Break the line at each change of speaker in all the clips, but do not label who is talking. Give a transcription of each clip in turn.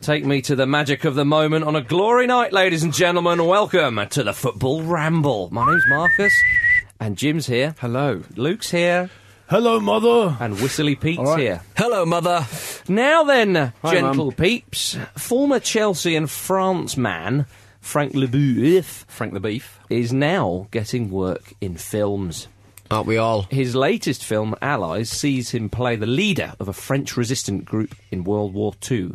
Take me to the magic of the moment on a glory night, ladies and gentlemen. Welcome to the Football Ramble. My name's Marcus, and Jim's here. Hello. Luke's here,
Hello, mother.
and Whistly Pete's
right.
here.
Hello, mother.
Now then, gentle
Mum.
peeps, former Chelsea and France man Frank Leboeuf
Frank the Beef.
is now getting work in films.
Aren't we all?
His latest film, Allies, sees him play the leader of a French resistant group in World War II.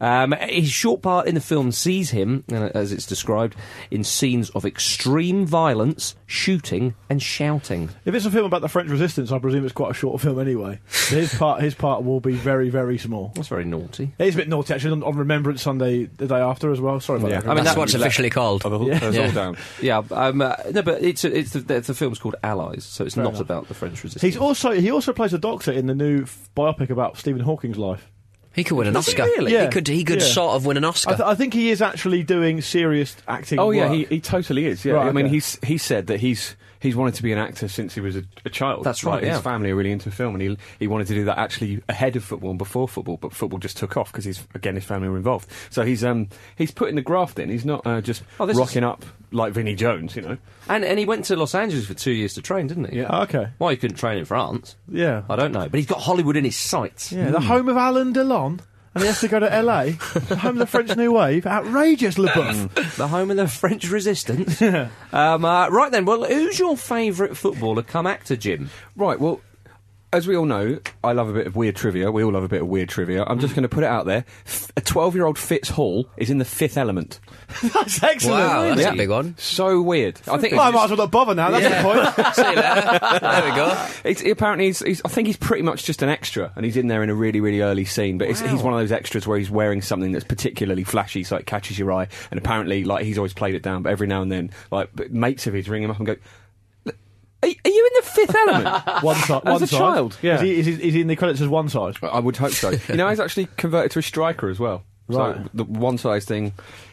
Um, his short part in the film sees him, uh, as it's described, in scenes of extreme violence, shooting, and shouting.
If it's a film about the French Resistance, I presume it's quite a short film anyway. So his part, his part will be very, very small.
That's very naughty.
It is a bit naughty actually on, on Remembrance Sunday the day after as well. Sorry about that.
I mean,
That's
that-
what it's officially called. Yeah.
Yeah, um, uh, no, but it's, it's the, the, the film's called Allies, so it's not
enough.
about the French resistance.
He's also he also plays a doctor in the new f- biopic about Stephen Hawking's life.
He could win an
Does he
Oscar.
really?
Yeah.
He could. He could
Yeah.
sort of win an
I,
Oscar.
th- I think he is actually doing serious acting.
Oh yeah,
work.
he, he totally is. Yeah,
Right,
I mean,
okay.
he's he said that he's he's wanted to be an actor since he was a, a child.
That's
Like,
right, yeah.
His family are really into film, and he he wanted to do that actually ahead of football and before football, but football just took off because his again his family were involved. So he's um he's putting the graft in. He's not uh, just
Oh, this
rocking up like Vinnie Jones, you know.
and, and he went to Los Angeles for two years to train, didn't he?
Yeah.
Oh, okay.
Why he couldn't train in France,
Yeah.
I don't know. But he's got Hollywood in his sights.
Yeah. The home of Alan Delon. And he has to go to LA, the home of the French New Wave. Outrageous, LeBeuf.
The home of the French resistance. um, uh, right then, well, who's your favourite footballer come actor, Jim?
Right. Well, as we all know, I love a bit of weird trivia. We all love a bit of weird trivia. I'm
Mm.
just going to put it out there. F- a 12 year old Fitz Hall is in the Fifth Element.
That's excellent.
wow, Oh, that's a
really?
big one.
So weird. I think.
Well, I might as well not bother now. That's the point.
See you later. There we go.
It's, apparently, he's, he's, I think he's pretty much just an extra, and he's in there in a really, really early scene. But it's, he's one of those extras where he's wearing something that's particularly flashy, so it catches your eye. And apparently, like he's always played it down, but every now and then, like b- mates of his ring him up and go, "Look,
Are, are you in the fifth element?
One side.
As
one
a
side.
child, yeah.
Is he, is, he, is he in the credits as one side?
I would hope so. you know, he's actually converted to a striker as well. So
Right.
the one size thing,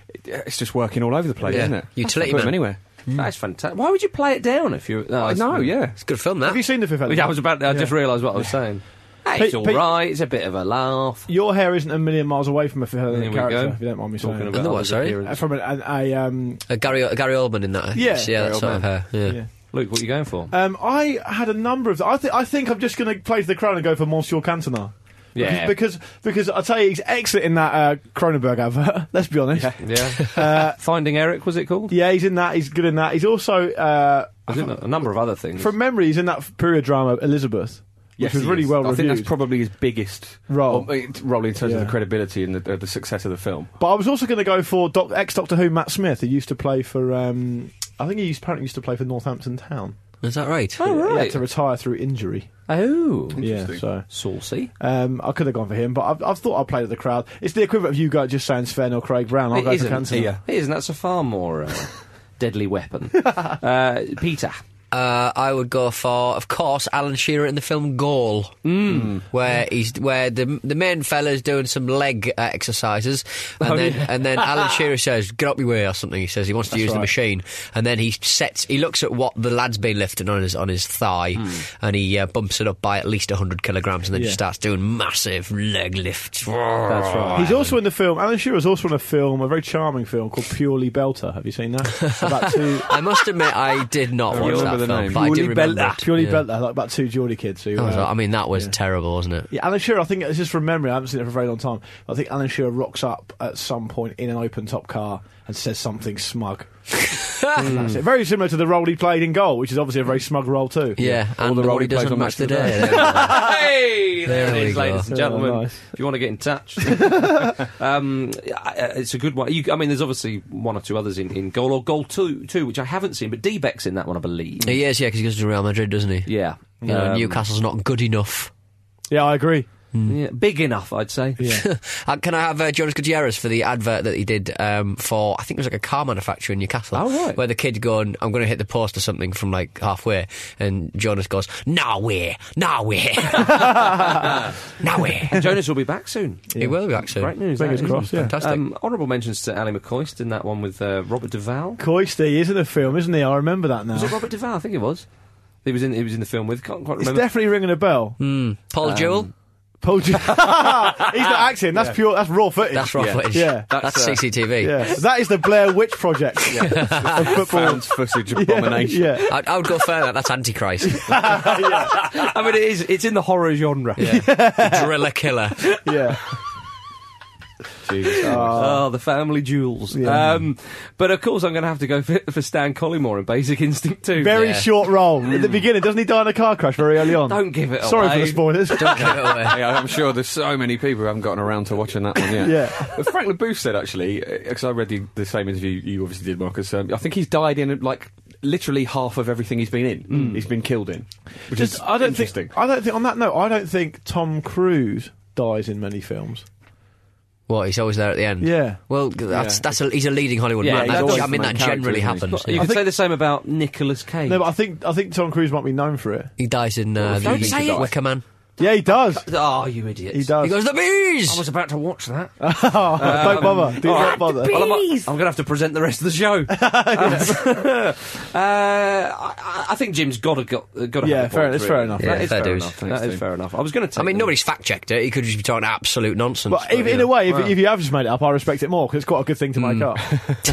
it- it's just working all over the place,
Yeah.
isn't it?
Utility
Put him
man.
anywhere.
That's fantastic. Why would you play it down if you? No,
I know, yeah.
It's a good film, that.
Have you seen the fifth element?
I was about. I just realised what I was saying. Hey, it's
Pete-
all
Pete-
right. It's a bit of a laugh.
Your hair isn't a million miles away from a fifth
There
element
we
character,
go.
if you don't mind me
Talking
saying.
about
the what,
others'
sorry?
appearance.
Uh, From an, an, a, um,
Uh, Gary, Gary Oldman in that. eh?
Yeah.
yeah,
Gary
that sort of hair. Yeah.
yeah.
Luke, what are you going for?
Um, I had a number of. I, th- I think I'm just going to play to the crown and go for Monsieur Cantona.
Yeah.
Because because, because I tell you, he's excellent in that uh, Cronenberg advert. Let's be honest. Yeah.
yeah, Finding Eric was it called?
he's in that. He's good in that. He's also uh,
Was it a number of other things.
from memory, he's in that period drama Elizabeth, which was
he
really
is.
well
I
reviewed.
think that's probably his biggest
Role.
well, it- role in terms of
Yeah.
the credibility and the, uh, the success of the film.
but I was also going to go for doc- ex Doctor Who Matt Smith, who used to play for. Um, I think he used, apparently used to play for Northampton Town.
Is that right?
oh
He
right.
had to retire through injury.
oh,
Yeah, so
saucy.
Um, I could have gone for him, but I've, I've thought I'd play to the crowd. It's the equivalent of you guys just saying Sven or Craig Brown. I'll
It
go
isn't.
for Cantona.
yeah.
It isn't. That's a far more uh, deadly weapon. Uh, Peter.
Uh, I would go for, of course, Alan Shearer in the film Goal, mm. where he's where the the main fella's doing some leg uh, exercises,
Oh,
and then and then Alan Shearer says, "Get up your way" or something. He says he wants to use the machine, and then he sets he looks at what the lad's been lifting on his on his thigh,
Hmm.
and he uh, bumps it up by at least hundred kilograms, and then just starts doing massive leg lifts. That's right.
He's also in the film. Alan Shearer's also in a film, a very charming film called Purely Belter. Have you seen that? about two.
I must admit, I did not watch
remember
that
the
film,
name.
but I do
Purely
remember
Belter.
it.
Purely
Yeah.
Belter, like about two Geordie kids who.
I was like, I
Uh,
mean, that was terrible, wasn't it?
yeah, Alan Shearer. I think it's just from memory. I haven't seen it for a very long time. I think Alan Shearer rocks up at some point in an open top car and says something smug. And that's it. Very similar to the role he played in Goal, which is obviously a very smug role too.
Yeah,
All
and
the
the
role
one
he
who
plays
doesn't
on
match the
Match of the
day.
Hey, there,
There
it
we
is,
go.
ladies and
Yeah,
gentlemen.
nice.
If you want to get in touch, um, I- I- it's a good one. You, I mean, there's obviously one or two others in, in goal or goal two, two, which I haven't seen, but Dbeck's in that one, I believe.
He is, yeah, because he goes to Real Madrid, doesn't he?
Yeah,
You know,
Um,
Newcastle's not good enough.
yeah, I agree.
yeah, big enough, I'd say.
Uh, can I have uh, Jonas Gutierrez for the advert that he did um, for, I think it was like a car manufacturer in Newcastle?
Oh, right.
Where the kid going, I'm going to hit the post or something from like halfway. And Jonas goes, Nowhere, nowhere, nowhere.
Jonas will be back soon.
He will be, actually.
Great news.
Fingers
that is.
crossed, yeah.
Fantastic.
Um, honourable mentions to Ali McCoist in that one with uh, Robert Duvall.
Coisty is in a film, isn't he? I remember that now.
Was it Robert Duvall? I think it was. He was in. He was in the film with. Can't quite
It's
remember.
definitely ringing a bell.
Paul
Um,
Jewell?
Paul Ju- He's not acting. That's pure. That's raw footage.
That's raw
yeah.
footage.
Yeah.
That's,
That's, uh,
CCTV.
Yeah, that is the Blair Witch Project of football.
Found footage abomination.
Yeah,
I, I would go further. That's Antichrist.
I mean, it is. It's in the horror genre.
Yeah. Driller killer.
yeah.
Jesus.
Oh, the family jewels.
Yeah.
Um, but of course, I'm going to have to go for, for Stan Collymore in Basic Instinct 2.
Very
Yeah.
short role at the beginning. Doesn't he die in a car crash very early on?
Don't give it
Sorry for
away.
the spoilers.
Don't give it away.
Yeah, I'm sure there's so many people who haven't gotten around to watching that one yet.
Yeah.
But Frank LaBeouf said actually, because I read the, the same interview you obviously did, Marcus. Um, I think he's died in like literally half of everything he's been in.
Mm.
He's been killed in, which is
Just, I don't
interesting.
think. I don't think. On that note, I don't think Tom Cruise dies in many films.
What? He's always there at the end.
Yeah.
Well, that's that's a, he's a leading Hollywood
Yeah,
man.
he's
That-
always
I mean,
the main
that generally
character,
happens.
isn't
You
yeah.
could say the same about Nicolas Cage.
No, but I think I think Tom Cruise might be known for it.
He dies in uh,
Don't
the
say it.
Wicker Man.
Yeah, he does.
oh, you idiots.
He does.
He goes, the
I
bees.
was about to watch that.
Oh, don't bother. Do not bother.
Well, I'm, I'm going to have to present the rest of the show. uh, I, I think Jim's got to got, got to.
Yeah,
have a
fair-
point,
that's
really.
fair enough.
That
Yeah,
is
fair
fair,
dues.
enough.
Thanks,
That is
Steve.
fair enough. I was going to.
I mean, nobody's fact checked it. He could just be talking absolute nonsense.
But if, in a way, if, if you have just made it up, I respect it more because it's quite a good thing to make up.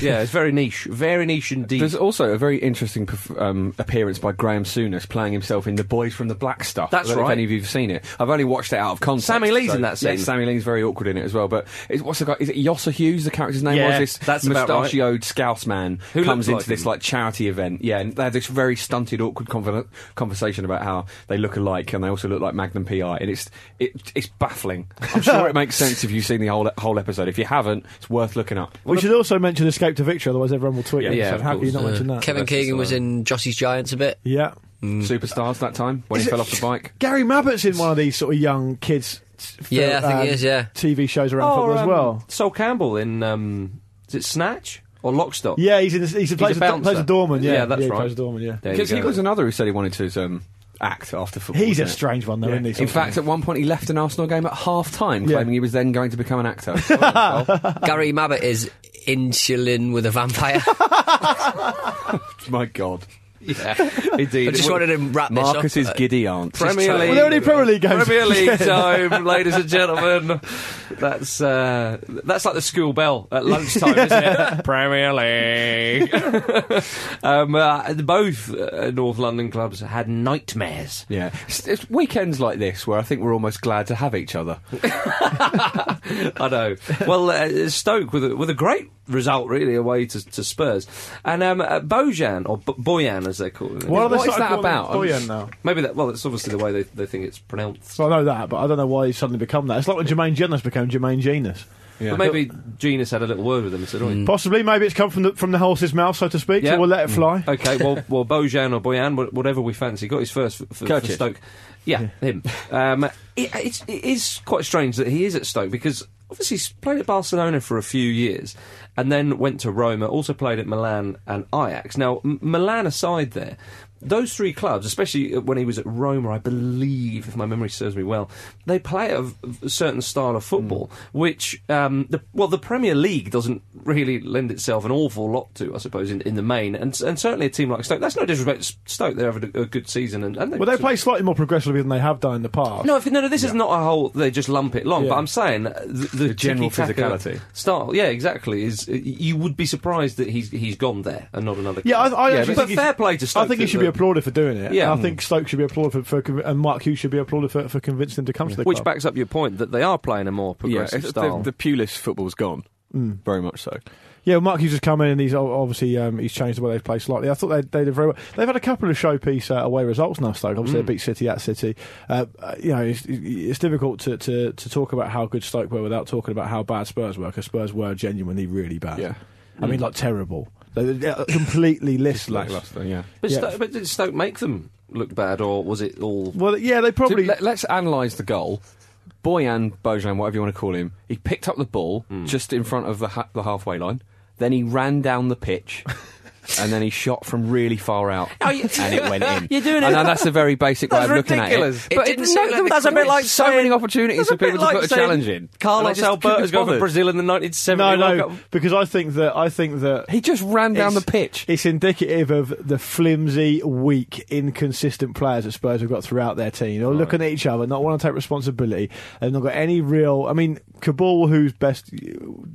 yeah, it's very niche, very niche indeed.
There's also a very interesting perf- um, appearance by Graham Souness playing himself in The Boys from the Black Stuff.
That's
I don't know
right.
If any of you've seen it, I've only watched it out of context.
Sammy Lee's in that
yeah,
scene.
Sammy Lee's very awkward in it as well. But it's, what's the guy? Is it Yossa Hughes? The character's name
Yeah,
was this
that's about right.
mustachioed scouse man
Who looks
comes into
like
this
him.
like charity event. Yeah, and they have this very stunted, awkward conver- conversation about how they look alike and they also look like Magnum PI, and it's it, it's baffling. I'm sure it makes sense if you've seen the whole whole episode. If you haven't, it's worth looking up.
we should also mention Escape to Victory, otherwise everyone will tweet
Yeah,
it.
yeah,
so
of
how can you
course.
not mention that?
Kevin Mm. Keegan was in Jossie's Giants a bit.
Yeah.
Superstars that time when
Is
he
it-
fell off the bike.
Gary Mabbott's in one of these sort of young kids. um, t-
Yeah, I think he is, yeah.
TV shows around football as
Oh, um,
well.
Sol Campbell in um, is it Snatch? or Lockstock?
Yeah, he's in. This, he's a place.
a
plays,
bouncer.
a doorman. Yeah,
Yeah, that's
he
right.
Plays a doorman. Yeah.
There you
Because he
go.
was another who said he wanted to um, act after football.
He's a
wasn't it?
strange one though, isn't he?
In
sort of
fact, at one point, he left an Arsenal game at half time,
Yeah.
claiming he was then going to become an actor. Oh, Well,
Gary Mabbott is insulin with a vampire.
my God.
Yeah,
Indeed.
I just wanted to wrap this up.
Marcus's
Uh,
giddy aunt.
Premier
Well,
League.
they're only Premier League games.
Premier League uh, time, ladies and gentlemen. That's uh, that's like the school bell at lunchtime, isn't it? Premier League. um, uh, both uh, North London clubs had nightmares.
Yeah. It's, it's weekends like this where I think we're almost glad to have each other.
I know. Well, uh, Stoke with a, with a great result, really, away to, to Spurs, and um, uh, Bojan or B- Boyan as they're calling it.
What, are they
What
sort
is
of
that
calling
about?
Boyan now.
Maybe that. Well, it's obviously the way they, they think it's pronounced.
So I know that, but I don't know why he's suddenly become that. It's like when Jermaine Jonas became Jermaine Genus.
Yeah.
But maybe Genus had a little word with them and said, "Oi,
Possibly, maybe it's come from the, from the horse's mouth, so to speak.
Mm. Yeah. Mm.
So we'll let it fly.
Okay, well, well, Bojan or Boyan, wha- whatever we fancy, got his first for, for, for
Kerchief.
Stoke. Yeah, him. Um, it, it's, it is quite strange that he is at Stoke because obviously he's played at Barcelona for a few years and then went to Roma, also played at Milan and Ajax. Now, M- Milan aside there, those three clubs, especially when he was at Roma, I believe, if my memory serves me well, they play a, a certain style of football,
Mm.
which, um, the, well, the Premier League doesn't really lend itself an awful lot to, I suppose, in, in the main. And, and certainly a team like Stoke, that's no disrespect to Stoke, they're having a, a good season. And, and
Well, they play slightly more progressively than they have done in the past.
no, if, no, no. This is not a whole. They just lump it long.
Yeah.
But I'm saying uh, the, the,
general
tiki-taka
physicality.
style. Yeah, exactly. Is uh, you would be surprised that he's he's gone there and not another.
Yeah, I,
club.
I actually
but
think
fair
he's-
play to Stoke.
I think he
that
should be
the-
applauded for doing it.
Yeah. Mm.
I think Stoke should be applauded for, for and Mark Hughes should be applauded for, for convincing him to come to the
Which
club.
backs up your point that they are playing a more progressive
it's-
style.
the, the Pulis football's gone.
Hmm.
Very much so.
Yeah, well, Mark Hughes has come in and he's o- obviously um, he's changed the way they play slightly. I thought they they did very well. They've had a couple of showpiece uh, away results now, Stoke. Obviously,
Mm.
they beat City at City. Uh, uh, you know, it's, it's difficult to, to, to talk about how good Stoke were without talking about how bad Spurs were, because Spurs were genuinely really bad.
Yeah. Mm.
I mean, like terrible. They were yeah, completely listless.
Lackluster, yeah.
but,
yeah.
Stoke, but did Stoke make them look bad, or was it all?
Well, yeah, they probably.
Let, us analyse the goal. Boyan, Bojan, whatever you want to call him, he picked up the ball just in front of the, ha- the halfway line. Then he ran down the pitch. and then he shot from really far out,
Oh, you-
and it went in.
You're doing it-
I know that's a very basic way
That's
of looking
ridiculous.
at it.
It
But
didn't seem like
there was-
that's a
there
bit
was
like
so
saying-
many opportunities
That's
for
a bit
people to
like
put a
saying
challenge in. And I
Carlos
just couldn't
Alberto's
be
gone for
bothered.
Brazil in the 1970
no,
World
no,
Cup.
because I think that I think that
He just ran down the
It's-
pitch.
It's indicative of the flimsy, weak, inconsistent players that Spurs have got throughout their team. They're looking at each other, not want to take responsibility, and not got any real. I mean, Cabal, whose best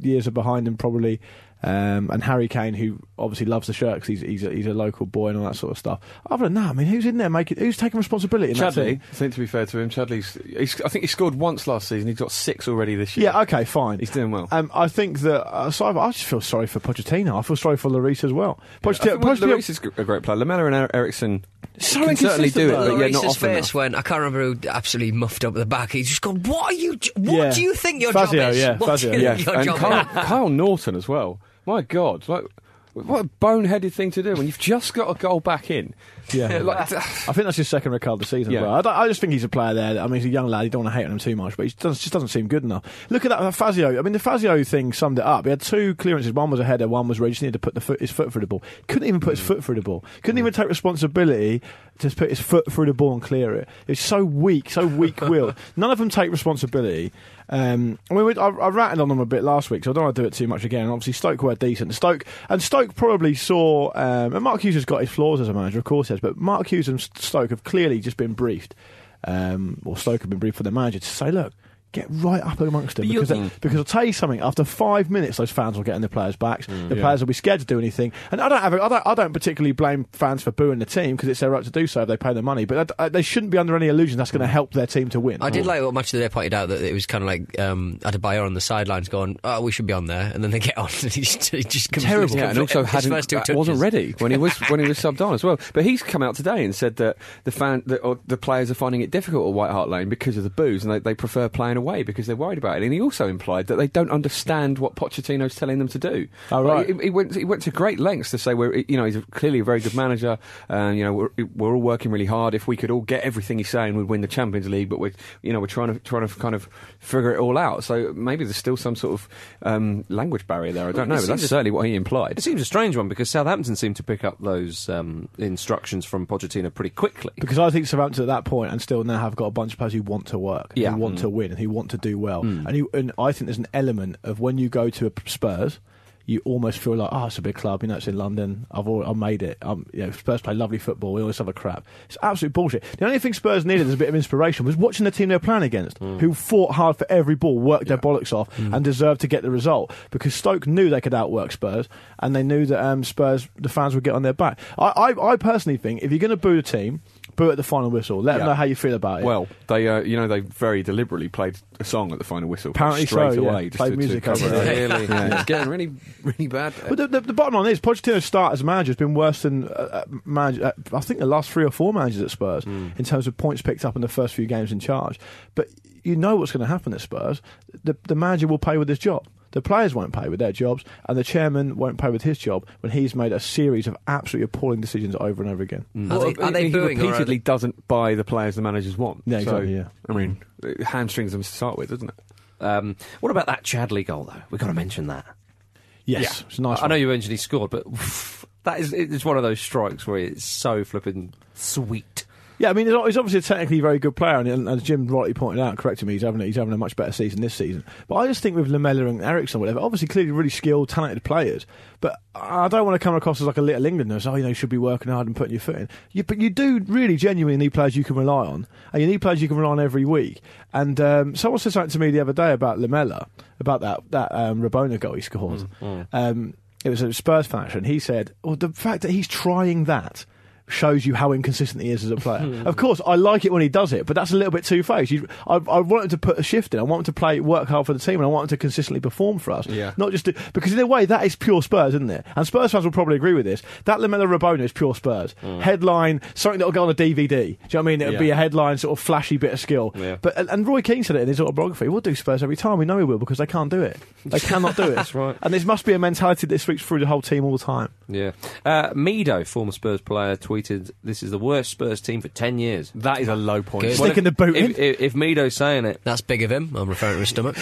years are behind him, probably. Um, and Harry Kane, who obviously loves the shirt 'cause he's he's a, he's a local boy and all that sort of stuff. Other than that, I mean, who's in there making? Who's taking responsibility? In that
Chadley,
team?
I think to be fair to him, Chadley's. He's, I think he scored once last season. He's got six already this year.
Yeah, okay, fine.
He's doing well.
Um, I think that uh, so I, I just feel sorry for Pochettino. I feel sorry for Lloris as well. Pochettino,
I think
Pochettino-
Lloris is a great player. Lamella and Ericsson
So
can certainly
inconsistent,
do it,
though.
but yeah, not
Lloris's
often.
face
enough.
when I can't remember who absolutely muffed up at the back. He's just gone. What are you? What
Yeah.
do you think your
Fazio,
job is?
yeah,
what
Fazio.
do you
Yeah,
think your
and
job
Kyle,
is?
Kyle Norton as well. My God, like what a boneheaded thing to do when you've just got a goal back in.
Yeah.
like,
I think that's his second red card of the season.
Yeah.
Well, I, don't- I just think he's a player there. that- I mean, he's a young lad. You don't want to hate on him too much, but he does, just doesn't seem good enough. Look at that uh, Fazio. I mean, the Fazio thing summed it up. He had two clearances. One was a header. One was where he just needed to put the foot, his foot through the ball. Couldn't even put his foot through the ball. Couldn't even take responsibility to put his foot through the ball and clear it. It's so weak, so weak-willed. None of them take responsibility. Um, I, mean, we- I, I rattled on them a bit last week, so I don't want to do it too much again. Obviously, Stoke were decent. Stoke and Stoke probably saw, um, and Mark Hughes has got his flaws as a manager, of course, he has, but Mark Hughes and Stoke have clearly just been briefed, um, or Stoke have been briefed for their manager to say, look. Get right up amongst them
But you-
because, they- because I'll tell you something. After five minutes, those fans will get in the players' backs. the players will be scared to do anything, and I don't have. a- I don't, I don't particularly blame fans for booing the team because it's their right to do so if they pay the money. But that, uh, they shouldn't be under any illusion that's going to help their team to win.
I did like what Match of the Day pointed out that it was kind of like um, Adebayor on the sidelines going, "Oh, we should be on there," and then they get on and he just, he just comes
terrible. Yeah, and also
his
hadn't
first two touches.
wasn't ready when he was when he was subbed on as well. But he's come out today and said that the fan that, or the players are finding it difficult at White Hart Lane because of the booze and they, they prefer playing away away because they're worried about it. And he also implied that they don't understand what Pochettino's telling them to do.
Oh, right.
Like, he, he went, he went to great lengths to say, we're, you know, he's clearly a very good manager. And, you know, we're, we're all working really hard. If we could all get everything he's saying, we'd win the Champions League. But we're, you know, we're trying to, trying to kind of figure it all out. So maybe there's still some sort of um, language barrier there. I don't know.
it
But
seems
that's
as-
certainly what he implied.
It seems a strange one because Southampton seemed to pick up those um, instructions from Pochettino pretty quickly.
Because I think Southampton at that point and still now have got a bunch of players who want to work,
Yeah.
who want to win, and who want to do well. And, you, and I think there's an element of when you go to a p- Spurs, you almost feel like, oh, it's a big club. You know, it's in London. I've all, I made it. Um, you know, Spurs play lovely football. We always have a crap. It's absolute bullshit. The only thing Spurs needed as a bit of inspiration was watching the team they were playing against, who fought hard for every ball, worked their bollocks off, and deserved to get the result. Because Stoke knew they could outwork Spurs, and they knew that um, Spurs, the fans would get on their back. I, I, I personally think if you're going to boo a team, boo at the final whistle. Let them
Yeah.
know how you feel about it.
Well, they, uh, you know, they very deliberately played a song at the final whistle.
Apparently
straight
so, yeah.
away, just
Played
to,
music
to cover
over
it.
it. Really?
yeah, it's getting really, really bad. uh,
But the, the, the bottom line is Pochettino's start as a manager has been worse than uh, uh, manager, uh, I think the last three or four managers at Spurs in terms of points picked up in the first few games in charge. But you know what's going to happen at Spurs. The, the manager will pay with his job. The players won't pay with their jobs, and the chairman won't pay with his job when he's made a series of absolutely appalling decisions over and over again.
Are
Well,
they, are they
he
booing or are
repeatedly
they-
doesn't buy the players the managers want.
Yeah, exactly, yeah.
I mean, it hamstrings them to start with, doesn't it?
Um, what about that Chadley goal though? We've got to mention that.
Yes, it's a nice.
I know
one.
you mentioned he scored, but that is it's one of those strikes where it's so flipping sweet.
Yeah, I mean, he's he's obviously a technically very good player, and- and as Jim rightly pointed out, corrected me, he's having, a- he's having a much better season this season. But I just think with Lamella and Ericsson, whatever, obviously clearly really skilled, talented players, but I don't want to come across as like a little Englander, as, oh, you know, you should be working hard and putting your foot in. You, but you do really genuinely need players you can rely on, and you need players you can rely on every week. And um, someone said something to me the other day about Lamella, about that, that um, Rabona goal he scored. Um, it was a Spurs fan, actually, and he said, well, the fact that he's trying that shows you how inconsistent he is as a
Hmm.
player. of course, I like it when he does it, but that's a little bit too faced. You- I, I want him to put a shift in. I want him to play, work hard for the team, and I want him to consistently perform for us.
Yeah.
Not just to, because in a way that is pure Spurs, isn't it? And Spurs fans will probably agree with this. That Lamella Rabona is pure Spurs.
Hmm.
Headline something that'll go on a DVD. Do you know what I mean? It'll be
Yeah.
a headline sort of flashy bit of skill.
Yeah.
But and, and Roy Keane said it in his autobiography. We'll do Spurs every time. We know we will because they can't do it. They cannot do it.
That's right.
And this must be a mentality that sweeps through the whole team all the time.
Yeah. Uh, Mido, former Spurs player, tweeted, "This is the worst Spurs team for ten years."
That is a low point.
Good.
Well,
Sticking the boot in.
If, if, if Mido's saying it,
That's big of him. I'm referring to his stomach.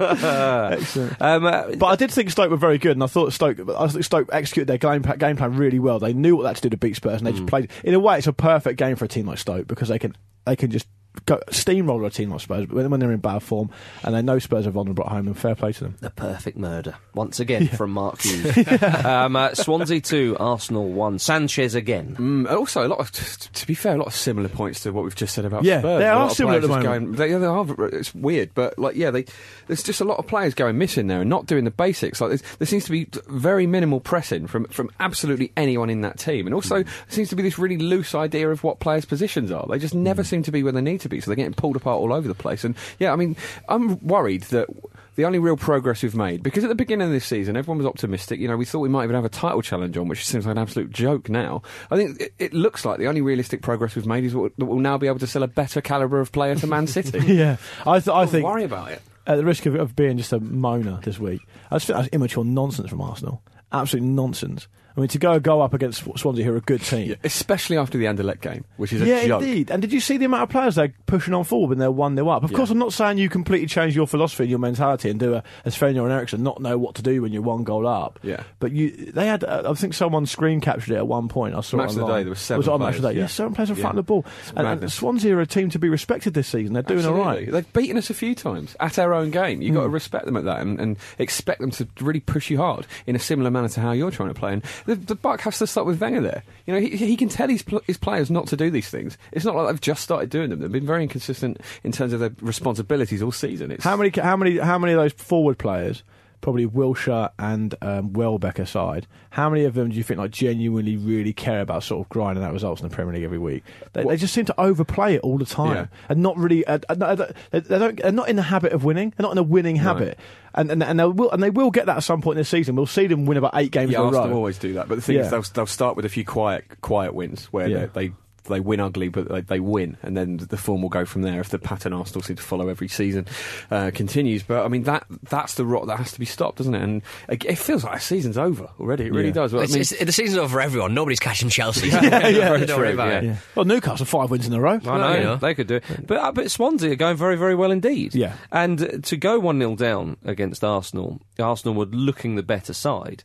Excellent.
um, uh,
But I did think Stoke were very good, and I thought Stoke, I think Stoke executed their game, pa- game plan really well. They knew what they had to do to beat Spurs, and they
Mm.
just played. In a way, it's a perfect game for a team like Stoke because they can they can just go, steamroller a team like Spurs when, when they're in bad form, and they know Spurs are vulnerable at home. And fair play to them.
The perfect murder. Once again from Mark Hughes. um, uh, Swansea 2, Arsenal 1. Sanchez again.
Mm, also, a lot of, t- to be fair, a lot of similar points to what we've just said about
Yeah,
Spurs.
they
A
are
lot of
similar at
players
the
just
moment.
Going, they, they are. It's weird, but like, yeah, they, there's just a lot of players going missing there and not doing the basics. Like, there's- there seems to be very minimal pressing from from absolutely anyone in that team, and also
Mm.
there seems to be this really loose idea of what players' positions are. They just
Mm.
never seem to be where they need to be, so they're getting pulled apart all over the place. And yeah, I mean, I'm worried that. The only real progress we've made, because at the beginning of this season, everyone was optimistic. You know, we thought we might even have a title challenge on, which seems like an absolute joke now. I think it, it looks like the only realistic progress we've made is what, that we'll now be able to sell a better calibre of player to Man City.
Yeah, I, th- I
Don't
think
worry about it.
at the risk of, of being just a moaner this week, I just think that's immature nonsense from Arsenal. Absolute nonsense. I mean, to go go up against Sw- Swansea, who are a good team.
Especially after the Anderlecht game, which is a
yeah,
joke.
indeed. And did you see the amount of players they're pushing on forward when they're 1 0 up? Of course, I'm not saying you completely change your philosophy and your mentality and do a, as Fenner and Ericsson, not know what to do when you're one goal up.
Yeah.
But you, they had, uh, I think someone screen captured it at one point. I saw
Match
it
of the
online.
day, there were seven
Was it on match of the
players,
day? Yeah,
yeah.
seven players in front
Yeah.
of the ball.
It's
And, and
madness.
Swansea are a team to be respected this season. They're doing all
Absolutely.
right. Hmm.
They've beaten us a few times at our own game. You've got to respect them at that and, and expect them to really push you hard in a similar manner to how you're trying to play. And the, the buck has to start with Wenger there. You know, he, he can tell his, pl- his players not to do these things. It's not like they've just started doing them. They've been very inconsistent in terms of their responsibilities all season. It's,
How many? How many? How many of those forward players? Probably Wilshire and um, Welbeck aside. How many of them do you think like genuinely really care about sort of grinding out results in the Premier League every week? They, they just seem to overplay it all the time
Yeah.
and not really. Uh, uh, no, they don't- they don't. They're not in the habit of winning. They're not in a winning habit. And and and they will and they will get that at some point this season. We'll see them win about eight games
Yeah,
in a
Arsenal
row.
always do that. But the thing
Yeah.
is, they'll, they'll start with a few quiet, quiet wins where
Yeah.
they, they They win ugly, but they, they win, and then the form will go from there. If the pattern Arsenal seem to follow every season uh, continues, but I mean that that's the rot that has to be stopped, doesn't it? And it, it feels like a season's over already. It really
Yeah.
does. Well, I
It's-
mean-
it's- the season's over for everyone. Nobody's catching Chelsea.
yeah,
Don't worry
true,
about
yeah.
it.
Yeah. Well, Newcastle five wins in a row.
I know,
you know.
they could do it. But, uh, but Swansea are going very, very well indeed.
Yeah.
And uh, to go 1 0 down against Arsenal, Arsenal were looking the better side.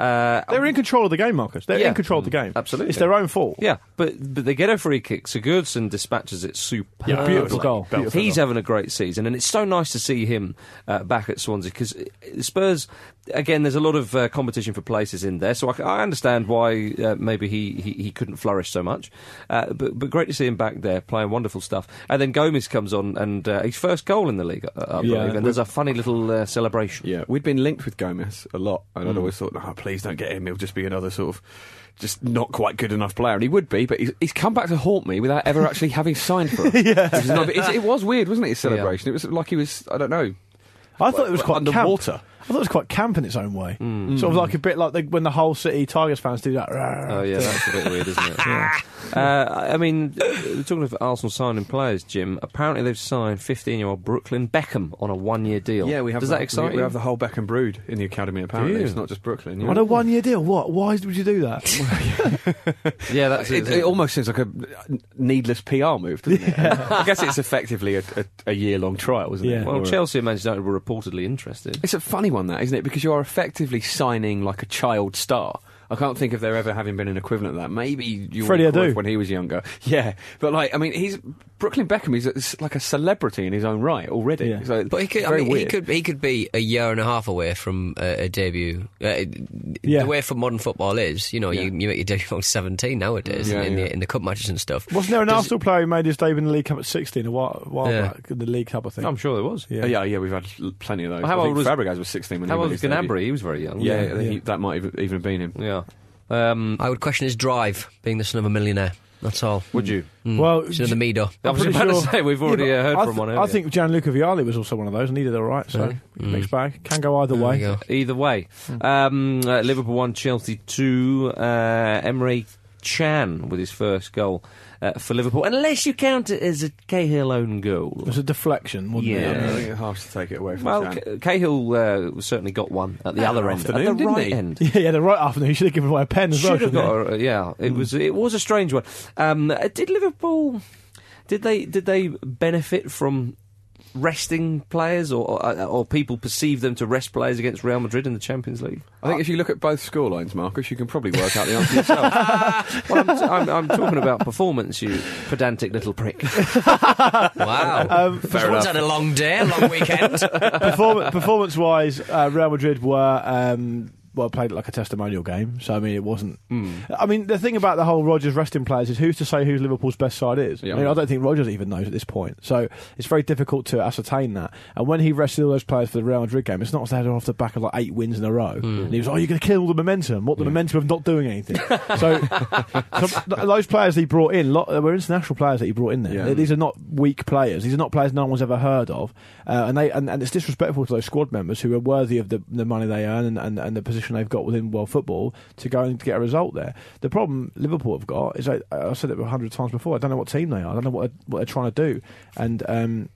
Uh,
They're in control of the game, Marcus. They're
Yeah.
in control of the game.
absolutely.
it's their own fault.
yeah, but but they get a free kick. Sigurdsson dispatches it super.
Yeah, beautiful goal. Beautiful
He's
goal.
having a great season, and it's so nice to see him uh, back at Swansea because Spurs. Again, there's a lot of uh, competition for places in there, so I, c- I understand why uh, maybe he, he, he couldn't flourish so much. Uh, but but great to see him back there playing wonderul stuff. And then Gomez comes on and uh, his first goal in the league, I, I
Yeah.
believe. And there's a funny little uh, celebration.
Yeah, Hmm. we'd been linked with Gomez a lot, and I'd always thought, no, please don't get him. He'll just be another sort of just not quite good enough player. And he would be, but he's, he's come back to haunt me without ever actually having signed for him. yeah. it was weird, wasn't it, his celebration? It was like he was, I don't know.
I thought it was
Well,
quite
underwater.
Camp. I thought it was quite camp in its own way. Sort of like a bit like the, when the whole City Tigers fans do that.
Hmm. Oh yeah, that's a bit weird, isn't it? uh, I mean, we're talking of Arsenal signing players, Jim. Apparently, they've signed 15-year-old Brooklyn Beckham on a one-year deal. Does that, excite
we,
you?
have the whole Beckham brood in the academy, apparently.
you?
It's not just Brooklyn.
On a one-year deal, what? Why would you do that?
yeah, that's
it,
isn't
it almost seems like a needless PR move, doesn't it? I guess it's effectively a, a, a year long trial, isn't
Yeah.
it?
Well,
Or a-
Chelsea and Manchester United were reportedly interested.
It's a funny one, that isn't it? Because you are effectively signing like a child star. I can't think of there ever having been an equivalent of that. Maybe you
Freddie Adu.
when he was younger. Yeah, but like I mean, he's Brooklyn Beckham is a- like a celebrity in his own right already.
Yeah.
So
But he could, I
very
mean, he
weird.
could, he could be a year and a half away from a, a debut. Uh,
Yeah.
The way for modern football is, you know, you, you make your debut on 17 nowadays
Yeah,
in, in,
yeah.
The, in the cup matches and stuff.
Wasn't there an Arsenal player who made his debut in the League Cup at 16 a while, while
Yeah.
back? The League Cup, I think.
I'm sure there was.
yeah. Oh, yeah, yeah, we've had l- plenty of those.
Well, how
I
old
think
was-
Fabregas was sixteen when
How
he
old was
made his debut.
Gnabry? He was very young.
Yeah,
wasn't
I think
yeah.
he- that might have even have been him.
he? yeah. Um,
I would question his drive, being the son of a millionaire. That's all. Mm.
would you?
Well,
He's another Mido.
I was
pretty
about
sure-
to say we've already
Yeah,
uh, heard
I
from
th-
one.
I
earlier. Mm.
think Gianluca Vialli was also one of those, and he did all right. So mixed bag can go either way.
you go.
Either way,
Hmm.
um, uh, Liverpool one, Chelsea two. Uh, Emery Chan with his first goal uh, for Liverpool, unless you count it as a Cahill own
It
goal.
was a deflection, wasn't
Yeah.
it?
I think it's hard to take it away from
Well,
Sam.
C- Cahill uh, certainly got one at the other end, at
afternoon,
the
didn't
right
he?
end.
Yeah, yeah, the right afternoon. He should have given away a pen as well.
Should have
shouldn't
got. A, yeah, it was. It was a strange one. Um, uh, did Liverpool? Did they? Did they benefit from? Resting players, or, or or people perceive them to rest players against Real Madrid in the Champions League.
I think if you look at both scorelines, Marcus, you can probably work out the answer yourself.
Well, I'm, t- I'm, I'm talking about performance, you pedantic little prick.
Wow. Someone's had a long day, a long weekend.
Perform- performance-wise, uh, Real Madrid were um, well played like a testimonial game. So I mean, it wasn't. I mean, the thing about the whole Rogers resting players is who's to say who Liverpool's best side is.
Yeah.
I mean, I don't think Rogers even knows at this point. So it's very difficult to ascertain that. And when he rested all those players for the Real Madrid game, it's not as they had off the back of like eight wins in a row. And he was, oh, you're going to kill all the momentum. What the momentum of not doing anything. so, so th- those players he brought in, lot, were international players that he brought in there.
Yeah.
Th- These are not weak players. These are not players no one's ever heard of, uh, and they and, and it's disrespectful to those squad members who are worthy of the, the money they earn and, and, and the position they've got within world football to go and get a result there. The problem Liverpool have got is I, I said it a hundred times before. I don't know what team they are. I don't know what what they're trying to do, and. Um,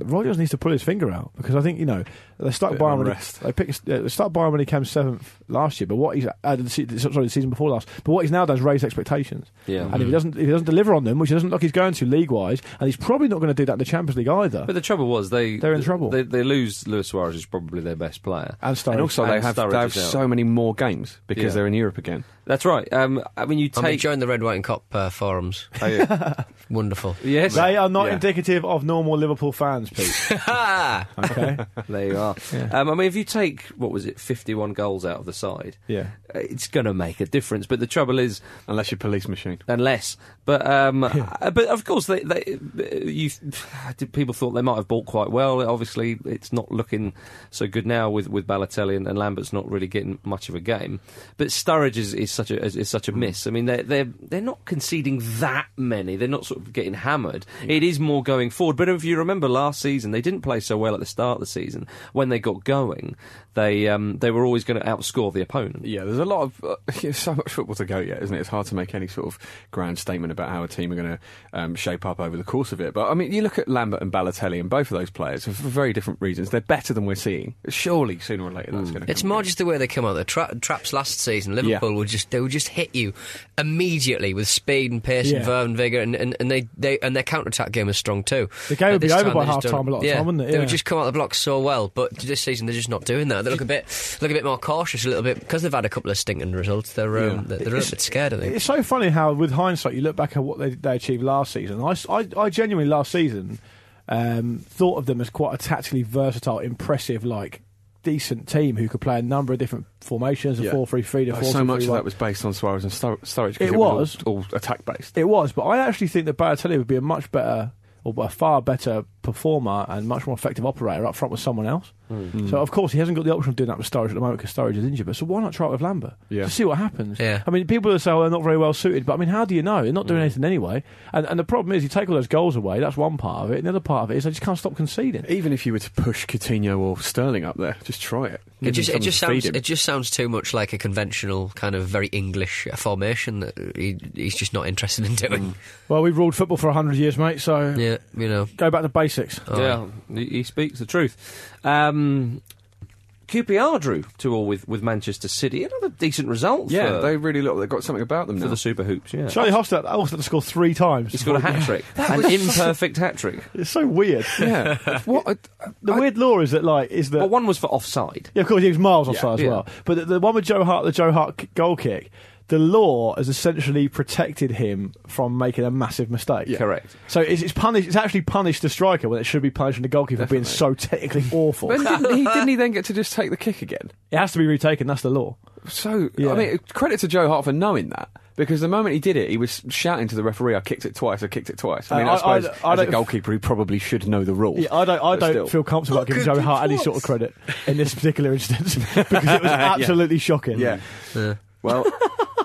Rogers needs to pull his finger out because I think you know they start
Bit of
buying when
unrest.
they pick yeah, they start buying when he came seventh last year, but what he's uh, the se- sorry the season before last, but what he's now done is raised expectations.
Yeah.
and if he doesn't if he doesn't deliver on them, which he doesn't look he's going to league wise, and he's probably not going to do that in the Champions League either.
But the trouble was they
They're in trouble.
They, they lose Luis Suarez, who's probably their best player.
and Sturridge.
and also, they
And
have,
Sturridge
they have
is out.
so many more games because
Yeah.
they're in Europe again.
That's right. Um, I mean, you
I'm
take
enjoying the Red, White and Cop uh, forums.
Oh, yeah.
Wonderful.
yes,
they are not
Yeah.
indicative of normal Liverpool fans, Pete.
Ah!
Okay,
there you are. Um, I mean, if you take what was it, fifty-one goals out of the side,
yeah.
uh, it's going to make a difference. But the trouble is,
Unless you're police machine.
unless, but um, uh, but of course, they, they you people thought they might have bought quite well. Obviously, it's not looking so good now with with Balotelli and, and Lambert's not really getting much of a game. But Sturridge is, is such a is, is such a miss. I mean, they're they're they're not conceding that many. They're not sort of getting hammered. It is more going forward. But if you remember last season, they didn't play so well at the start of the season. When they got going, they um, they were always going to outscore the opponent.
Yeah, there's a lot of uh, there's so much football to go yet, isn't it? It's hard to make any sort of grand statement about how a team are going to um, shape up over the course of it. But I mean, you look at Lambert and Balotelli, and both of those players for very different reasons. They're better than we're seeing. Surely, sooner or later, that's going to.
It's more just the way they come out. The tra- traps last season, Liverpool
Yeah.
would just they would just hit you immediately with speed and pace and
Yeah.
verve and vigour, and, and, and they, they and their counter attack game was strong too.
The game
At
would be
this
over
time,
by
they just
half-time
don't-
a lot of
yeah,
time, wouldn't it?
They
Yeah.
would just come out the block so well, but this season they're just not doing that. They look a bit look a bit more cautious, a little bit because they've had a couple of stinking results. They're um, they're, they're a little bit scared, I think.
It's so funny how, with hindsight, you look back at what they, they achieved last season. I, s- I- I genuinely last season um, thought of them as quite a tactically versatile, impressive, like decent team who could play a number of different formations, a
Yeah.
four-three-three, a
Oh,
four
so much of that was based on Suarez and Stur- Sturridge. 'cause
It was.
all, all attack based.
It was, but I actually think that Balotelli would be a much better, or a far better performer and much more effective operator up front with someone else. So, of course, he hasn't got the option of doing that with Sturridge at the moment because Sturridge is injured. But so why not try it with Lambert?
Yeah.
To see what happens.
Yeah.
I mean, people are saying oh, they're not very well suited, but I mean, how do you know? They're not doing anything anyway. And, and the problem is, you take all those goals away. That's one part of it. And the other part of it is they just can't stop conceding.
Even if you were to push Coutinho or Sterling up there, just try it.
It
Give him
just, it
something
just
to feed
sounds
him.
it just sounds too much like a conventional kind of very English formation that he, he's just not interested in
Mm.
doing.
Well, we've ruled football for 100 years, mate, so
Yeah, you know.
go back to basics.
Yeah, he, he speaks the truth. Um, QPR drew two all with, with Manchester City. Another decent result.
yeah,
for,
they really look. They've got something about them
for
now.
the Super Hoops. Yeah,
Charlie Hostet also had to score three times.
he scored a hat trick, an imperfect hat trick.
It's so weird.
yeah, what? a-
The weird law is that, like, is that.
Well, one was for offside.
Yeah, of course, he was miles offside
yeah.
as well. But the, the one with Joe Hart, the Joe Hart k- goal kick, the law has essentially protected him from making a massive mistake.
Correct.
So it's, it's punished. It's actually punished the striker when it should be punishing the goalkeeper for being so technically awful.
Then didn't he, didn't he then get to just take the kick again?
it has to be retaken. That's the law.
So
Yeah.
I mean, credit to Joe Hart for knowing that because the moment he did it, he was shouting to the referee, "I kicked it twice, I kicked it twice." I mean,
Uh,
I,
I-
suppose
I- I
as a
don't-
golkeeper, he probably should know the rules.
Yeah, I don't. I
But
don't
still.
feel comfortable about giving Joe Hart any sort of credit in this particular instance because it was absolutely shocking.
Yeah. Well,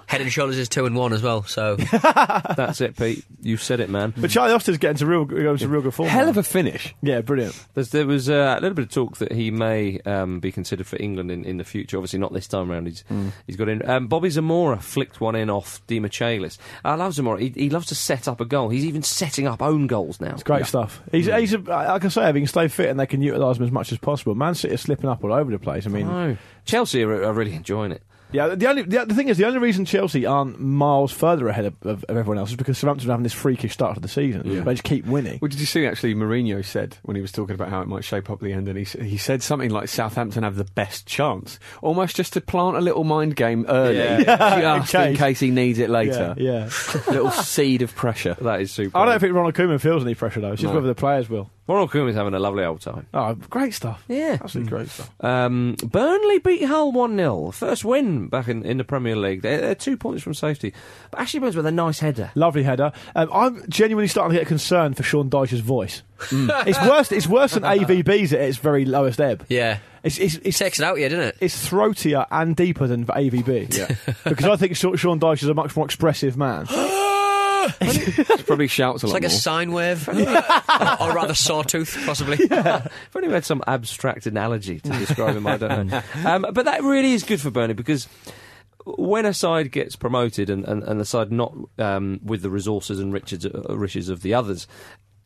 Head and shoulders is two and one as well, so
That's it, Pete. You said it, man.
But Charlie Austin's getting to real, going to real good form.
hell
now.
of a finish.
yeah, brilliant.
There's, there was uh, a little bit of talk that he may um, be considered for England in, in the future. Obviously, not this time round. He's
Mm.
he's got in. Um, Bobby Zamora flicked one in off Di Michaelis. I love Zamora. He, he loves to set up a goal. He's even setting up own goals now.
It's great stuff. He's, he's a, like I say, if he can stay fit and they can utilise him as much as possible. Man City are slipping up all over the place. I mean,
No, Chelsea are, are really enjoying it.
Yeah, the only the, the thing is the only reason Chelsea aren't miles further ahead of, of, of everyone else is because Southampton are having this freakish start to the season. They just keep winning.
Well, did you see actually Mourinho said when he was talking about how it might shape up the end, and he, s- he said something like Southampton have the best chance, almost just to plant a little mind game early,
Yeah.
just
In
in
case.
case. he needs it
Yeah,
later.
yeah.
little seed of pressure.
That is super.
I don't think Ronald Koeman feels any pressure though. It's just
No.
whether the players will.
Ronald Koeman is having a lovely old time.
Oh, great stuff. Mm.
Yeah.
Absolutely great stuff.
Um, Burnley beat Hull 1 0. First win back in, in the Premier League. They're, they're two points from safety. But Ashley Burns with a nice header.
Lovely header. Um, I'm genuinely starting to get concerned for Sean Dyche's voice. it's worse. It's worse than AVB's at its very lowest ebb.
yeah.
It's it's,
It
it's
takes it out, yeah, doesn't it?
it's throatier and deeper than AVB. Yeah. because I think Sean Sean Dyche is a much more expressive man.
It probably shouts a
It's
lot
like a
more.
sine wave, or, or rather sawtooth, possibly.
If only we had some abstract analogy to describe him, I don't know. Um, but that really is good for Burnley because when a side gets promoted and, and, and the side not um, with the resources and riches, uh, riches of the others,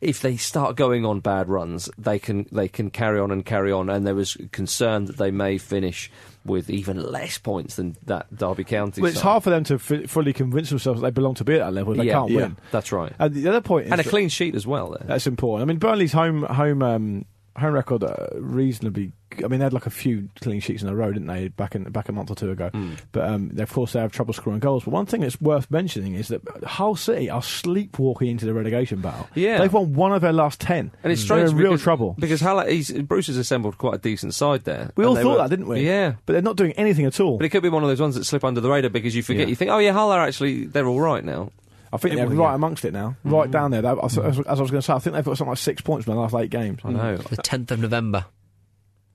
if they start going on bad runs, they can they can carry on and carry on. And there was concern that they may finish with even less points than that Derby County.
Well, it's
side.
hard for them to f- fully convince themselves that they belong to be at that level. if They
yeah,
can't
yeah,
win. Uh,
That's right.
And the other point is
And a
that-
clean sheet as well. There.
that's important. I mean, Burnley's home home um, home record uh, reasonably. I mean, they had like a few clean sheets in a row, didn't they? Back in back a month or two ago.
Hmm.
But um, they- of course, they have trouble scoring goals. But one thing that's worth mentioning is that Hull City are sleepwalking into the relegation battle.
Yeah.
they've won one of their last ten,
And it's
they're
strange
in real
because-
trouble.
because Hala, he's, Bruce has assembled quite a decent side there.
We
And
all
they
thought
were-
that, didn't we?
Yeah,
But they're not doing anything at all.
but it could be one of those ones that slip under the radar because you forget.
Yeah.
You think, oh yeah, Hull are actually they're all right now.
I think they're right amongst it now, right down there. They- Mm.
Mm.
As, as I was going to say, I think they've got something like six points in the last eight games.
I know.
The 10th of November.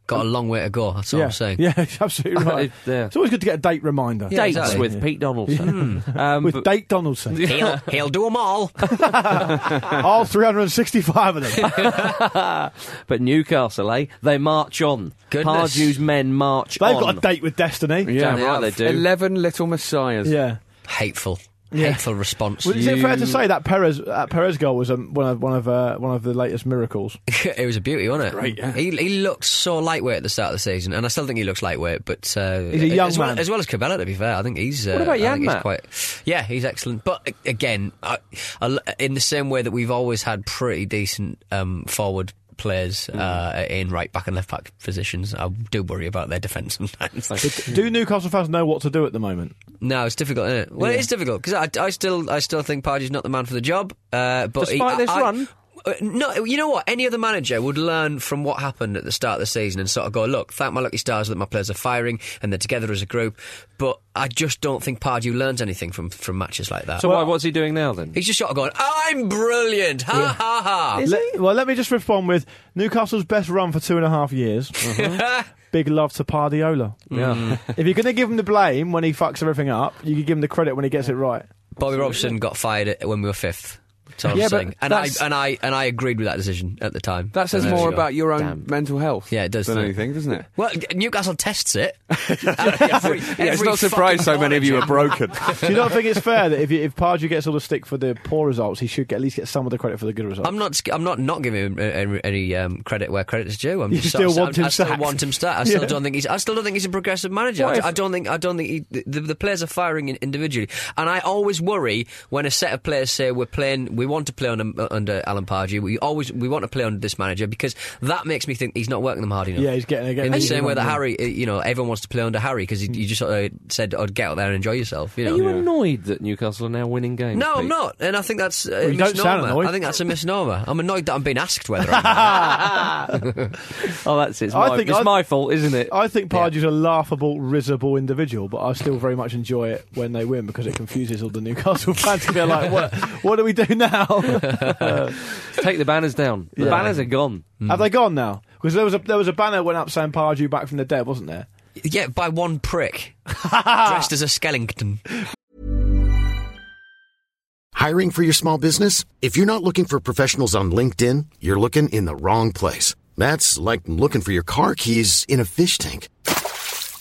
Got a long way to go. That's all
yeah.
I'm saying.
Yeah, absolutely right.
Yeah.
It's always good to get a date reminder.
Yeah,
Dates
exactly.
with Pete Donaldson. Um,
With
but-
Date Donaldson.
He'll, he'll do them all.
All 365 of them.
but Newcastle, eh? They march on.
Goodness.
Pardew's men march
They've
on.
got a date with destiny.
Yeah,
Damn
right,
right.
they do.
Eleven little messiahs.
Yeah.
Hateful.
Yeah.
Hateful response.
Well, is it fair to say that Perez that Perez goal was um, one of one of uh, one of the latest miracles?
it was a beauty, wasn't it? Right, yeah. He, he looked so lightweight at the start of the season, and I still think he looks lightweight. But uh,
He's a young
as well,
man.
as well as Cabella. To be fair, I think he's. Uh,
about
I think
Jan,
he's
Matt?
quite- yeah, he's excellent. But a- again, I, I- in the same way that we've always had pretty decent um, forward players uh, in right back and left back positions, I do worry about their defence sometimes.
Do Newcastle fans know what to do at the moment?
no, it's difficult, isn't it? Well, it is difficult because I, I still, I still think Pardew's not the man for the job. Uh, but he-
Despite
I-
this
I-
run?
Uh, No, you know what? Any other manager would learn from what happened at the start of the season and sort of go, look, thank my lucky stars that my players are firing and they're together as a group. But I just don't think Pardew learns anything from, from matches like that.
So uh, why, what's he doing now then?
He's just sort of going, I'm brilliant, ha ha ha.
Le- well, let me just respond with Newcastle's best run for two and a half years. Big love to Pardiola.
Yeah.
if you're going to give him the blame when he fucks everything up, you can give him the credit when he gets it right.
Bobby Robson got fired at- when we were fifth. That's all I'm
Yeah, but
saying. And I,
that's-
and, I, and I agreed with that decision at the time.
That says
And there
more
you go.
about your own mental health.
Yeah, it does,
Than
doesn't it?
anything, doesn't it?
Well, Newcastle tests it. Every-
Yeah, it's
every
not surprised so
fucking
many of you are
manager.
broken.
Do you not think it's fair that if you, if Pardew gets all the stick for the poor results, he should get, at least get some of the credit for the good results?
I'm not. sc- I'm not not giving him uh, any, any um, credit where credit is due. I'm
You
just
still
sort of-
want
I,
him
I still
sacked.
want him sacked. I still
Yeah.
don't think he's. I still don't think he's a progressive manager. I,
What
d-
if-
I don't think. I don't think he, the, the, the players are firing in- individually. And I always worry when a set of players say we're playing. We want to play under, under Alan Pardew. We always we want to play under this manager because that makes me think he's not working them hard enough.
yeah, he's getting again.
In the same way that Harry, uh, you know, everyone wants to play under Harry because you just sort of said, "Oh, get out there and enjoy yourself." You know,
Are you annoyed that Newcastle are now winning games?
no, I'm
Pete?
not, and I think that's a
you don't
misnomer.
sound annoyed.
I think that's a misnomer. I'm annoyed that I'm being asked whether I'm.
Oh, that's it. It's,
I
my,
think
it's
I-
my fault, isn't it?
I think Pardew's a laughable, risible individual, but I still very much enjoy it when they win because it confuses all the Newcastle fans. They're like, "What? What do we do now?" Uh,
Take the banners down. The
Yeah.
banners are gone.
Have they gone now? Because there was a there was a banner went up saying Pardew back from the dead, wasn't there?
yeah, by one prick dressed as a skeleton.
Hiring for your small business? If you're not looking for professionals on LinkedIn, you're looking in the wrong place. That's like looking for your car keys in a fish tank.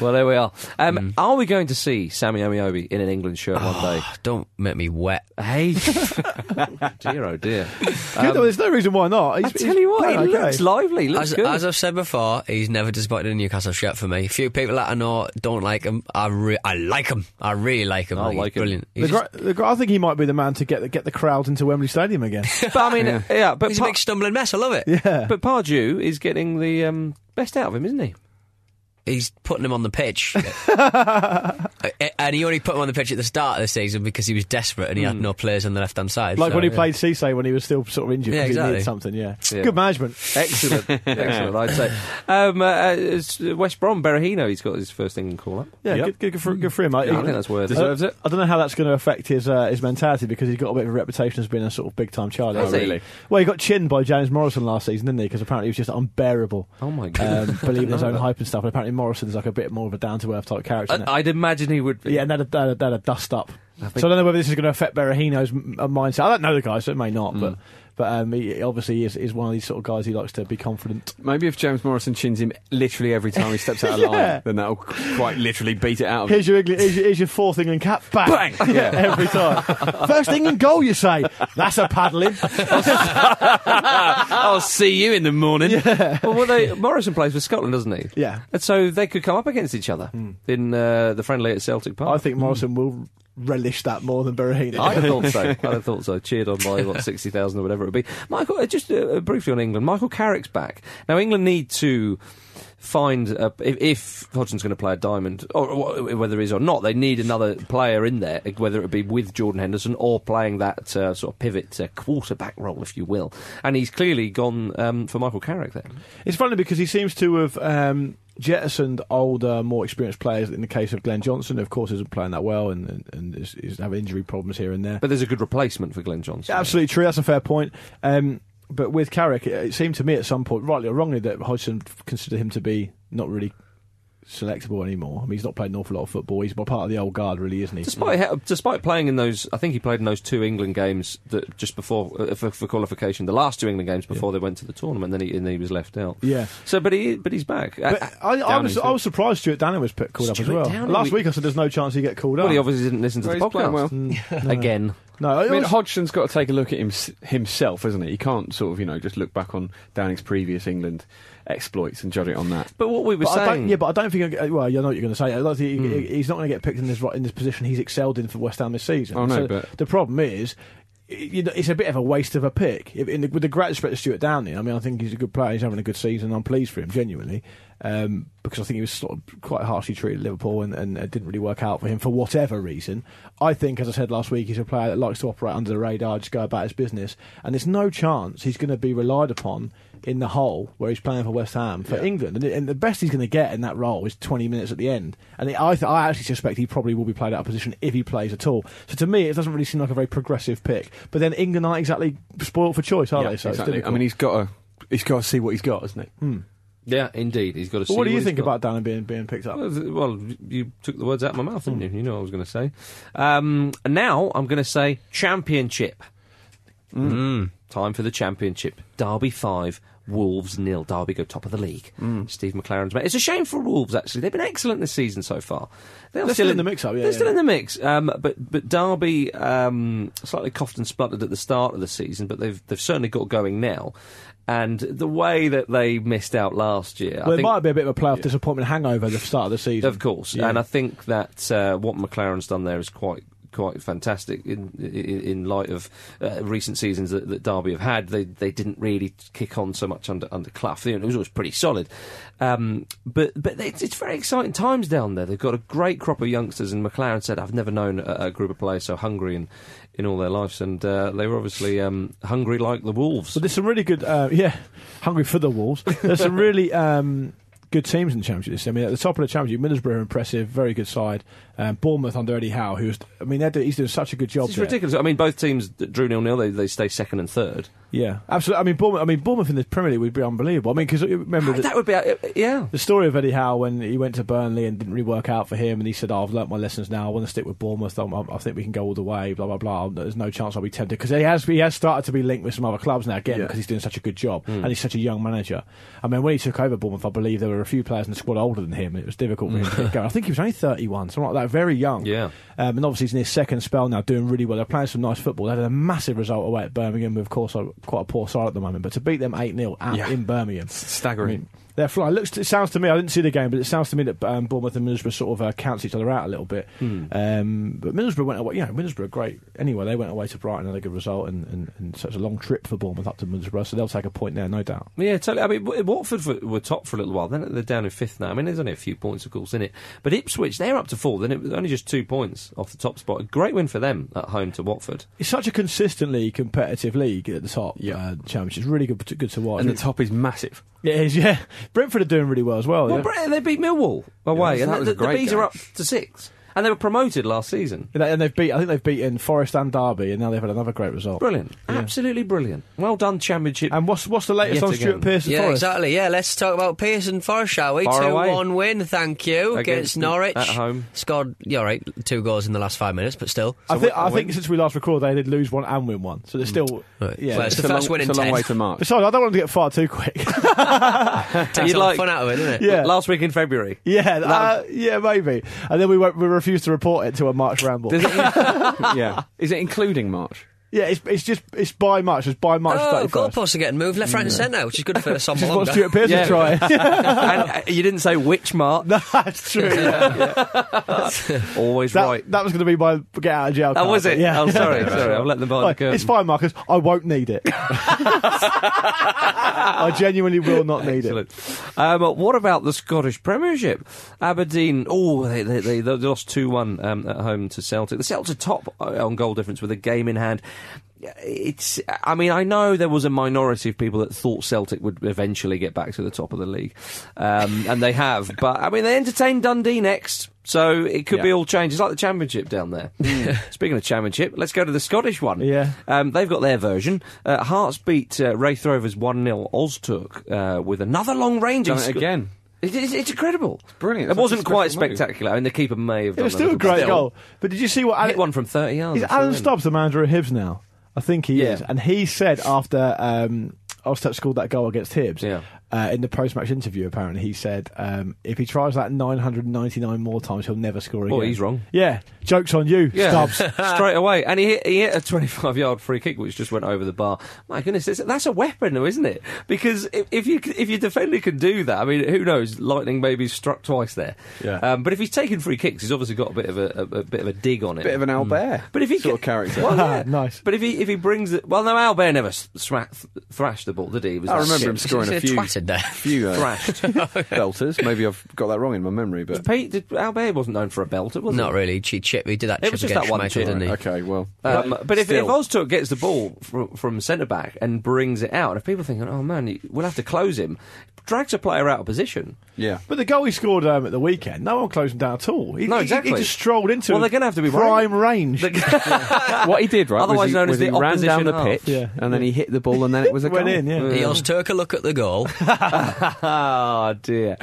Well, there we are. Um, Are we going to see Sammy Amiobi in an England shirt one day?
Don't make me wet.
Hey, Mm. dear, oh dear.
Good, though, there's no reason why not. He's,
I tell you what,
he's
he
playing okay.
looks lively. Looks
As,
good.
as I've said before, he's never disappointed in a Newcastle shirt for me. A few people that I know don't like him. I re- I like him. I really like him.
I
he's
like him.
brilliant.
The
He's, just-
gr- the gr- I think he might be the man to get the, get the crowd into Wembley Stadium again.
but I mean, yeah, but
he's a
Pa-
big stumbling mess. I love it.
yeah.
but Pardew is getting the um, best out of him, isn't he?
He's putting him on the pitch. and he only put him on the pitch at the start of the season because he was desperate and he had no players on the left hand side.
Like
so,
when he
yeah.
played Cisse when he was still sort of injured
Yeah,
because he
exactly.
needed something, yeah.
Yeah.
Good management.
Excellent, excellent. I'd say. Um, uh, uh, it's West Brom, Berahino. He's got his first England call up.
Yeah,
Yep.
good, good, good, for, good for him.
Yeah, I think that's worth it.
Deserves it.
I don't know how that's going to affect his uh, his mentality because he's got a bit of a reputation as being a sort of big time child.
Has
hasn't
he?
he? Well, he got chinned by James Morrison last season, didn't he? Because apparently he was just unbearable.
Oh my god!
Um, believing his own hype and stuff. And apparently Morrison's like a bit more of a down to earth type character. isn't it?
I, would imagine he would. Be.
yeah, and that had a, that a dust up. so I don't know whether this is going to affect Berahino's m- uh, mindset. I don't know the guy, so it may not. But but um, he obviously he is, is one of these sort of guys who likes to be confident.
Maybe if James Morrison chins him literally every time he steps out of line,
Yeah.
then that'll quite literally beat it out of him.
Here's your, England, here's your here's your fourth England cap. Bang!
Bang! Yeah.
every time. First England goal, you say? That's a paddling.
I'll see you in the morning. Well, well, they, Morrison plays for Scotland, doesn't he?
Yeah.
And so they could come up against each other in uh, the friendly at Celtic Park.
I think Morrison will relish that more than Berahino.
I thought so. I thought so. Cheered on by what sixty thousand or whatever it would be. Michael, uh, just uh, briefly on England. Michael Carrick's back now. England need to find a, if, if Hodgson's going to play a diamond, or, or whether he is or not, they need another player in there, whether it be with Jordan Henderson or playing that uh, sort of pivot uh, quarterback role, if you will. And he's clearly gone um, for Michael Carrick there.
It's funny because he seems to have um, jettisoned older, more experienced players. In the case of Glenn Johnson, of course, isn't playing that well and, and, and is, is having injury problems here and there.
But there's a good replacement for Glenn Johnson.
Yeah, absolutely true. That's a fair point. Um, but with Carrick, it, it seemed to me at some point, rightly or wrongly, that Hodgson considered him to be not really selectable anymore. I mean, he's not played an awful lot of football. He's part of the old guard, really, isn't he?
Despite he- despite playing in those, I think he played in those two England games that just before uh, for, for qualification, the last two England games before they went to the tournament. Then he and then he was left out.
Yeah.
So, but he but he's back.
But
Uh,
I, I,
Downing's
was, I
there.
was surprised Stuart Downing was put, called up as
Stuart
well.
Downing,
Last
we-
week I said there's no chance he'd get called
Well,
up.
he obviously didn't listen to
Well,
the
he's playing well.
podcast again.
no, it
I mean,
was-
Hodgson's got to take a look at him, himself, isn't he? He can't sort of, you know, just look back on Downing's previous England exploits and judge it on that.
But what we were
But I
saying,
don't, yeah, but I don't think. I- Well, you know what you're going to say. I don't think he-
Hmm.
he's not going to get picked in this ro- in this position he's excelled in for West Ham this season.
Oh, no,
So
but-
the problem is. i- You know, it's a bit of a waste of a pick. If, in the, with the great respect to Stuart Downing, I mean, I think he's a good player. He's having a good season. I'm pleased for him, genuinely, um, because I think he was sort of quite harshly treated at Liverpool, and, and it didn't really work out for him for whatever reason. I think, as I said last week, he's a player that likes to operate under the radar, just go about his business, and there's no chance he's going to be relied upon in the hole where he's playing for West Ham for England, and, and the best he's going to get in that role is 20 minutes at the end. And I, th- I actually suspect he probably will be played out of position if he plays at all. So to me, it doesn't really seem like a very progressive pick. But then England aren't exactly spoilt for choice, are
Yeah,
they? So it's
exactly. I
difficult. Hmm.
mean, he's got to, he's got to see what he's got, hasn't he?
yeah, indeed, he's got to.
But
see
what do you
he's
think
got.
about Dan and being being picked up? Hmm.
Well, th- Well, you took the words out of my mouth, didn't you? You know what I was going to say. Um, and now I'm going to say championship.
Hmm.
Hmm. Time for the championship. Derby five, Wolves nil. Derby go top of the league.
Hmm.
Steve McLaren's mate. It's a shame for Wolves actually. They've been excellent this season so far. They are
They're still in the mix, up, yeah,
They're still
yeah.
in the mix. Um, but but Derby um, slightly coughed and spluttered at the start of the season, but they've they've certainly got going now. And the way that they missed out last year, I
Well, it
think
might be a bit of a playoff disappointment hangover at the start of the season.
of course,
Yeah.
and I think that uh, what McLaren's done there is quite quite fantastic in in, in light of uh, recent seasons that, that Derby have had. They they didn't really kick on so much under under Clough. You know, It was always pretty solid, um, but but it's, it's very exciting times down there. They've got a great crop of youngsters, and McLaren said, "I've never known a, a group of players so hungry in in all their lives." And uh, they were obviously um, hungry like the wolves.
But there's some really good, uh, yeah, hungry for the Wolves. There's some really um, good teams in the Championship. this year. I mean, at the top of the Championship, Middlesbrough are impressive, very good side. Um, Bournemouth under Eddie Howe, who's, I mean, they're do- he's doing such a good job.
It's
there.
ridiculous. I mean, both teams that drew nil nil. They they stay second and third.
Yeah, absolutely. I mean, Bournemouth. I mean, Bournemouth in the Premier League would be unbelievable. I mean, because remember the,
that would be, uh, yeah.
the story of Eddie Howe when he went to Burnley and didn't really work out for him, and he said, oh, "I've learnt my lessons now. I want to stick with Bournemouth. I'm, I I think we can go all the way." Blah blah blah. There's no chance I'll be tempted because he has he has started to be linked with some other clubs now again
Yeah. Hmm.
because he's doing such a good job and he's such a young manager. I mean, when he took over Bournemouth, I believe there were a few players in the squad older than him, and it was difficult for him
Hmm.
to get going. I think he was only 31, something like that, very young.
Yeah.
Um, and obviously he's in his second spell now, doing really well. They're playing some nice football. They had a massive result away at Birmingham, with, of course, a, quite a poor side at the moment. But to beat them 8 0
Yeah.
in Birmingham,
Staggering.
I mean, they're flying. It looks, it sounds to me. I didn't see the game, but it sounds to me that um, Bournemouth and Middlesbrough sort of uh, cancel each other out a little bit. Um, but Middlesbrough went away. Yeah, Middlesbrough are great. Anyway, they went away to Brighton and had a good result, and, and, and so it's a long trip for Bournemouth up to Middlesbrough, so they'll take a point there, no doubt.
Yeah, totally. I mean, Wa- Watford were- were top for a little while. Then they're down in fifth now. I mean, there's only a few points, of course, in it. But Ipswich, they're up to fourth, and it was only just two points off the top spot. A great win for them at home to Watford.
It's such a consistently competitive league at the top. Yeah, uh, championship. It's really good, good to watch.
and the top is massive.
it is. Yeah, Brentford are doing really well as well.
Well,
Oh, yeah.
Bre- they beat Millwall away,
Yeah, that
and
was
the,
a
the
great
bees
game.
are up to sixth, and they were promoted last season.
And they- and they've beat. I think they've beaten Forest and Derby, and now they've had another great result.
Brilliant, absolutely brilliant. Well done, Championship.
And what's what's the latest
Yet
on
again.
Stuart Pearson?
Yeah,
Forest?
exactly. Yeah, let's talk about Pearson Forest, shall we?
Far
two
away.
one win, thank you against,
Against
Norwich
at home.
Scored, yeah, all right, two goals in the last five minutes, but still.
I think, I think since we last recorded, they did lose one and win one, so they're
Mm.
still.
Right.
Yeah.
Well, it's the
a
first
long,
win in
it's a long
ten.
way to March.
Besides, I don't want to get far too quick.
Takes
You'd
all the
like-
fun out of it, doesn't it?
yeah.
Last week in February.
yeah, uh, yeah, maybe. And then we won't, we refuse to report it to a March ramble.
Does it- yeah. Is it including March?
yeah, it's, it's just it's by March. It's by March
Oh,
31st.
goalposts are getting moved left, right, and centre, which is good for
This
someone
is what
longer.
Stuart Pearson
Yeah.
tried.
and uh, you didn't say which mark.
That's true.
Always
That,
right.
that was going to be my get out of jail.
That
card,
was
but
it.
Yeah.
Oh, sorry, sorry. I've let them behind the
Like,
curtain.
it's fine, Marcus. I won't need it. I genuinely will not need it.
Excellent. Um, but what about the Scottish Premiership? Aberdeen, oh, they, they, they, they lost 2 1 um, at home to Celtic. The Celtics are top uh, on goal difference with a game in hand. It's. I mean, I know there was a minority of people that thought Celtic would eventually get back to the top of the league, um, and they have. But I mean, they entertained Dundee next, so it could be all changed. It's like the championship down there. Speaking of championship, let's go to the Scottish one.
Mm. Yeah.
Um, they've got their version. Uh, Hearts beat uh, Wraith Rovers 1 0 Ozturk uh, with another long range.
Done
He's
it
sc-
again.
It- it's, it's incredible. It's
brilliant.
It
That's
wasn't
such a
quite
special move.
spectacular. I mean, the keeper may have
It
done
was
a
still a
little bit.
great
Still,
goal. But did you see what
Hit one from 30 yards.
Is
That's
Alan
all in.
Stubbs the manager of Hibs now? I think he
Yeah.
is. And he said after um, Ostep scored that goal against Hibs,
Yeah.
uh, in the post-match interview, apparently he said um, if he tries that 999 more times, he'll never score again.
Oh, he's wrong.
Yeah, jokes on you,
Yeah,
Stubbs.
straight away, and he hit, he hit a 25-yard free kick, which just went over the bar. My goodness, that's, that's a weapon, though, isn't it? Because if, if you if your defender can do that, I mean, who knows? Lightning maybe struck twice there.
Yeah.
Um, but if he's taking free kicks, he's obviously got a bit of a, a, a bit of a dig on it.
Bit of an Albert
But if he
sort
ca-
of character. Ah,
well, yeah.
Nice.
But if he if he brings it, well, no, Albert never s- sma- th- thrashed the ball, did he? he was
I
like,
remember him
shit,
scoring a
Said
few,
twatted there.
few uh,
thrashed.
belters. Maybe I've got that wrong in my memory, but
Pete, did, Albert wasn't known for a belter, was
Not
he?
really. Cheap chip. He did that
It
chip
was just
against
that one
Schmeichel,
chip.
didn't he?
okay, well,
Um, but if, if
still.
Ozturk gets the ball from, from centre back and brings it out, if people are thinking, oh man, you- we'll have to close him, drags a player out of position.
yeah,
But the goal he scored um, at the weekend, no one closed him down at all. He,
No,
he-
exactly.
He, just strolled into
Well, they're going to have to be
prime
worried.
range.
what he did right, was
Otherwise
he-
known as
was he
the
ran
opposition
down the
half.
pitch,
Yeah.
and then he hit the ball, and then it was a
went
goal.
in, yeah.
He also took a look at the goal.
Ah, dear.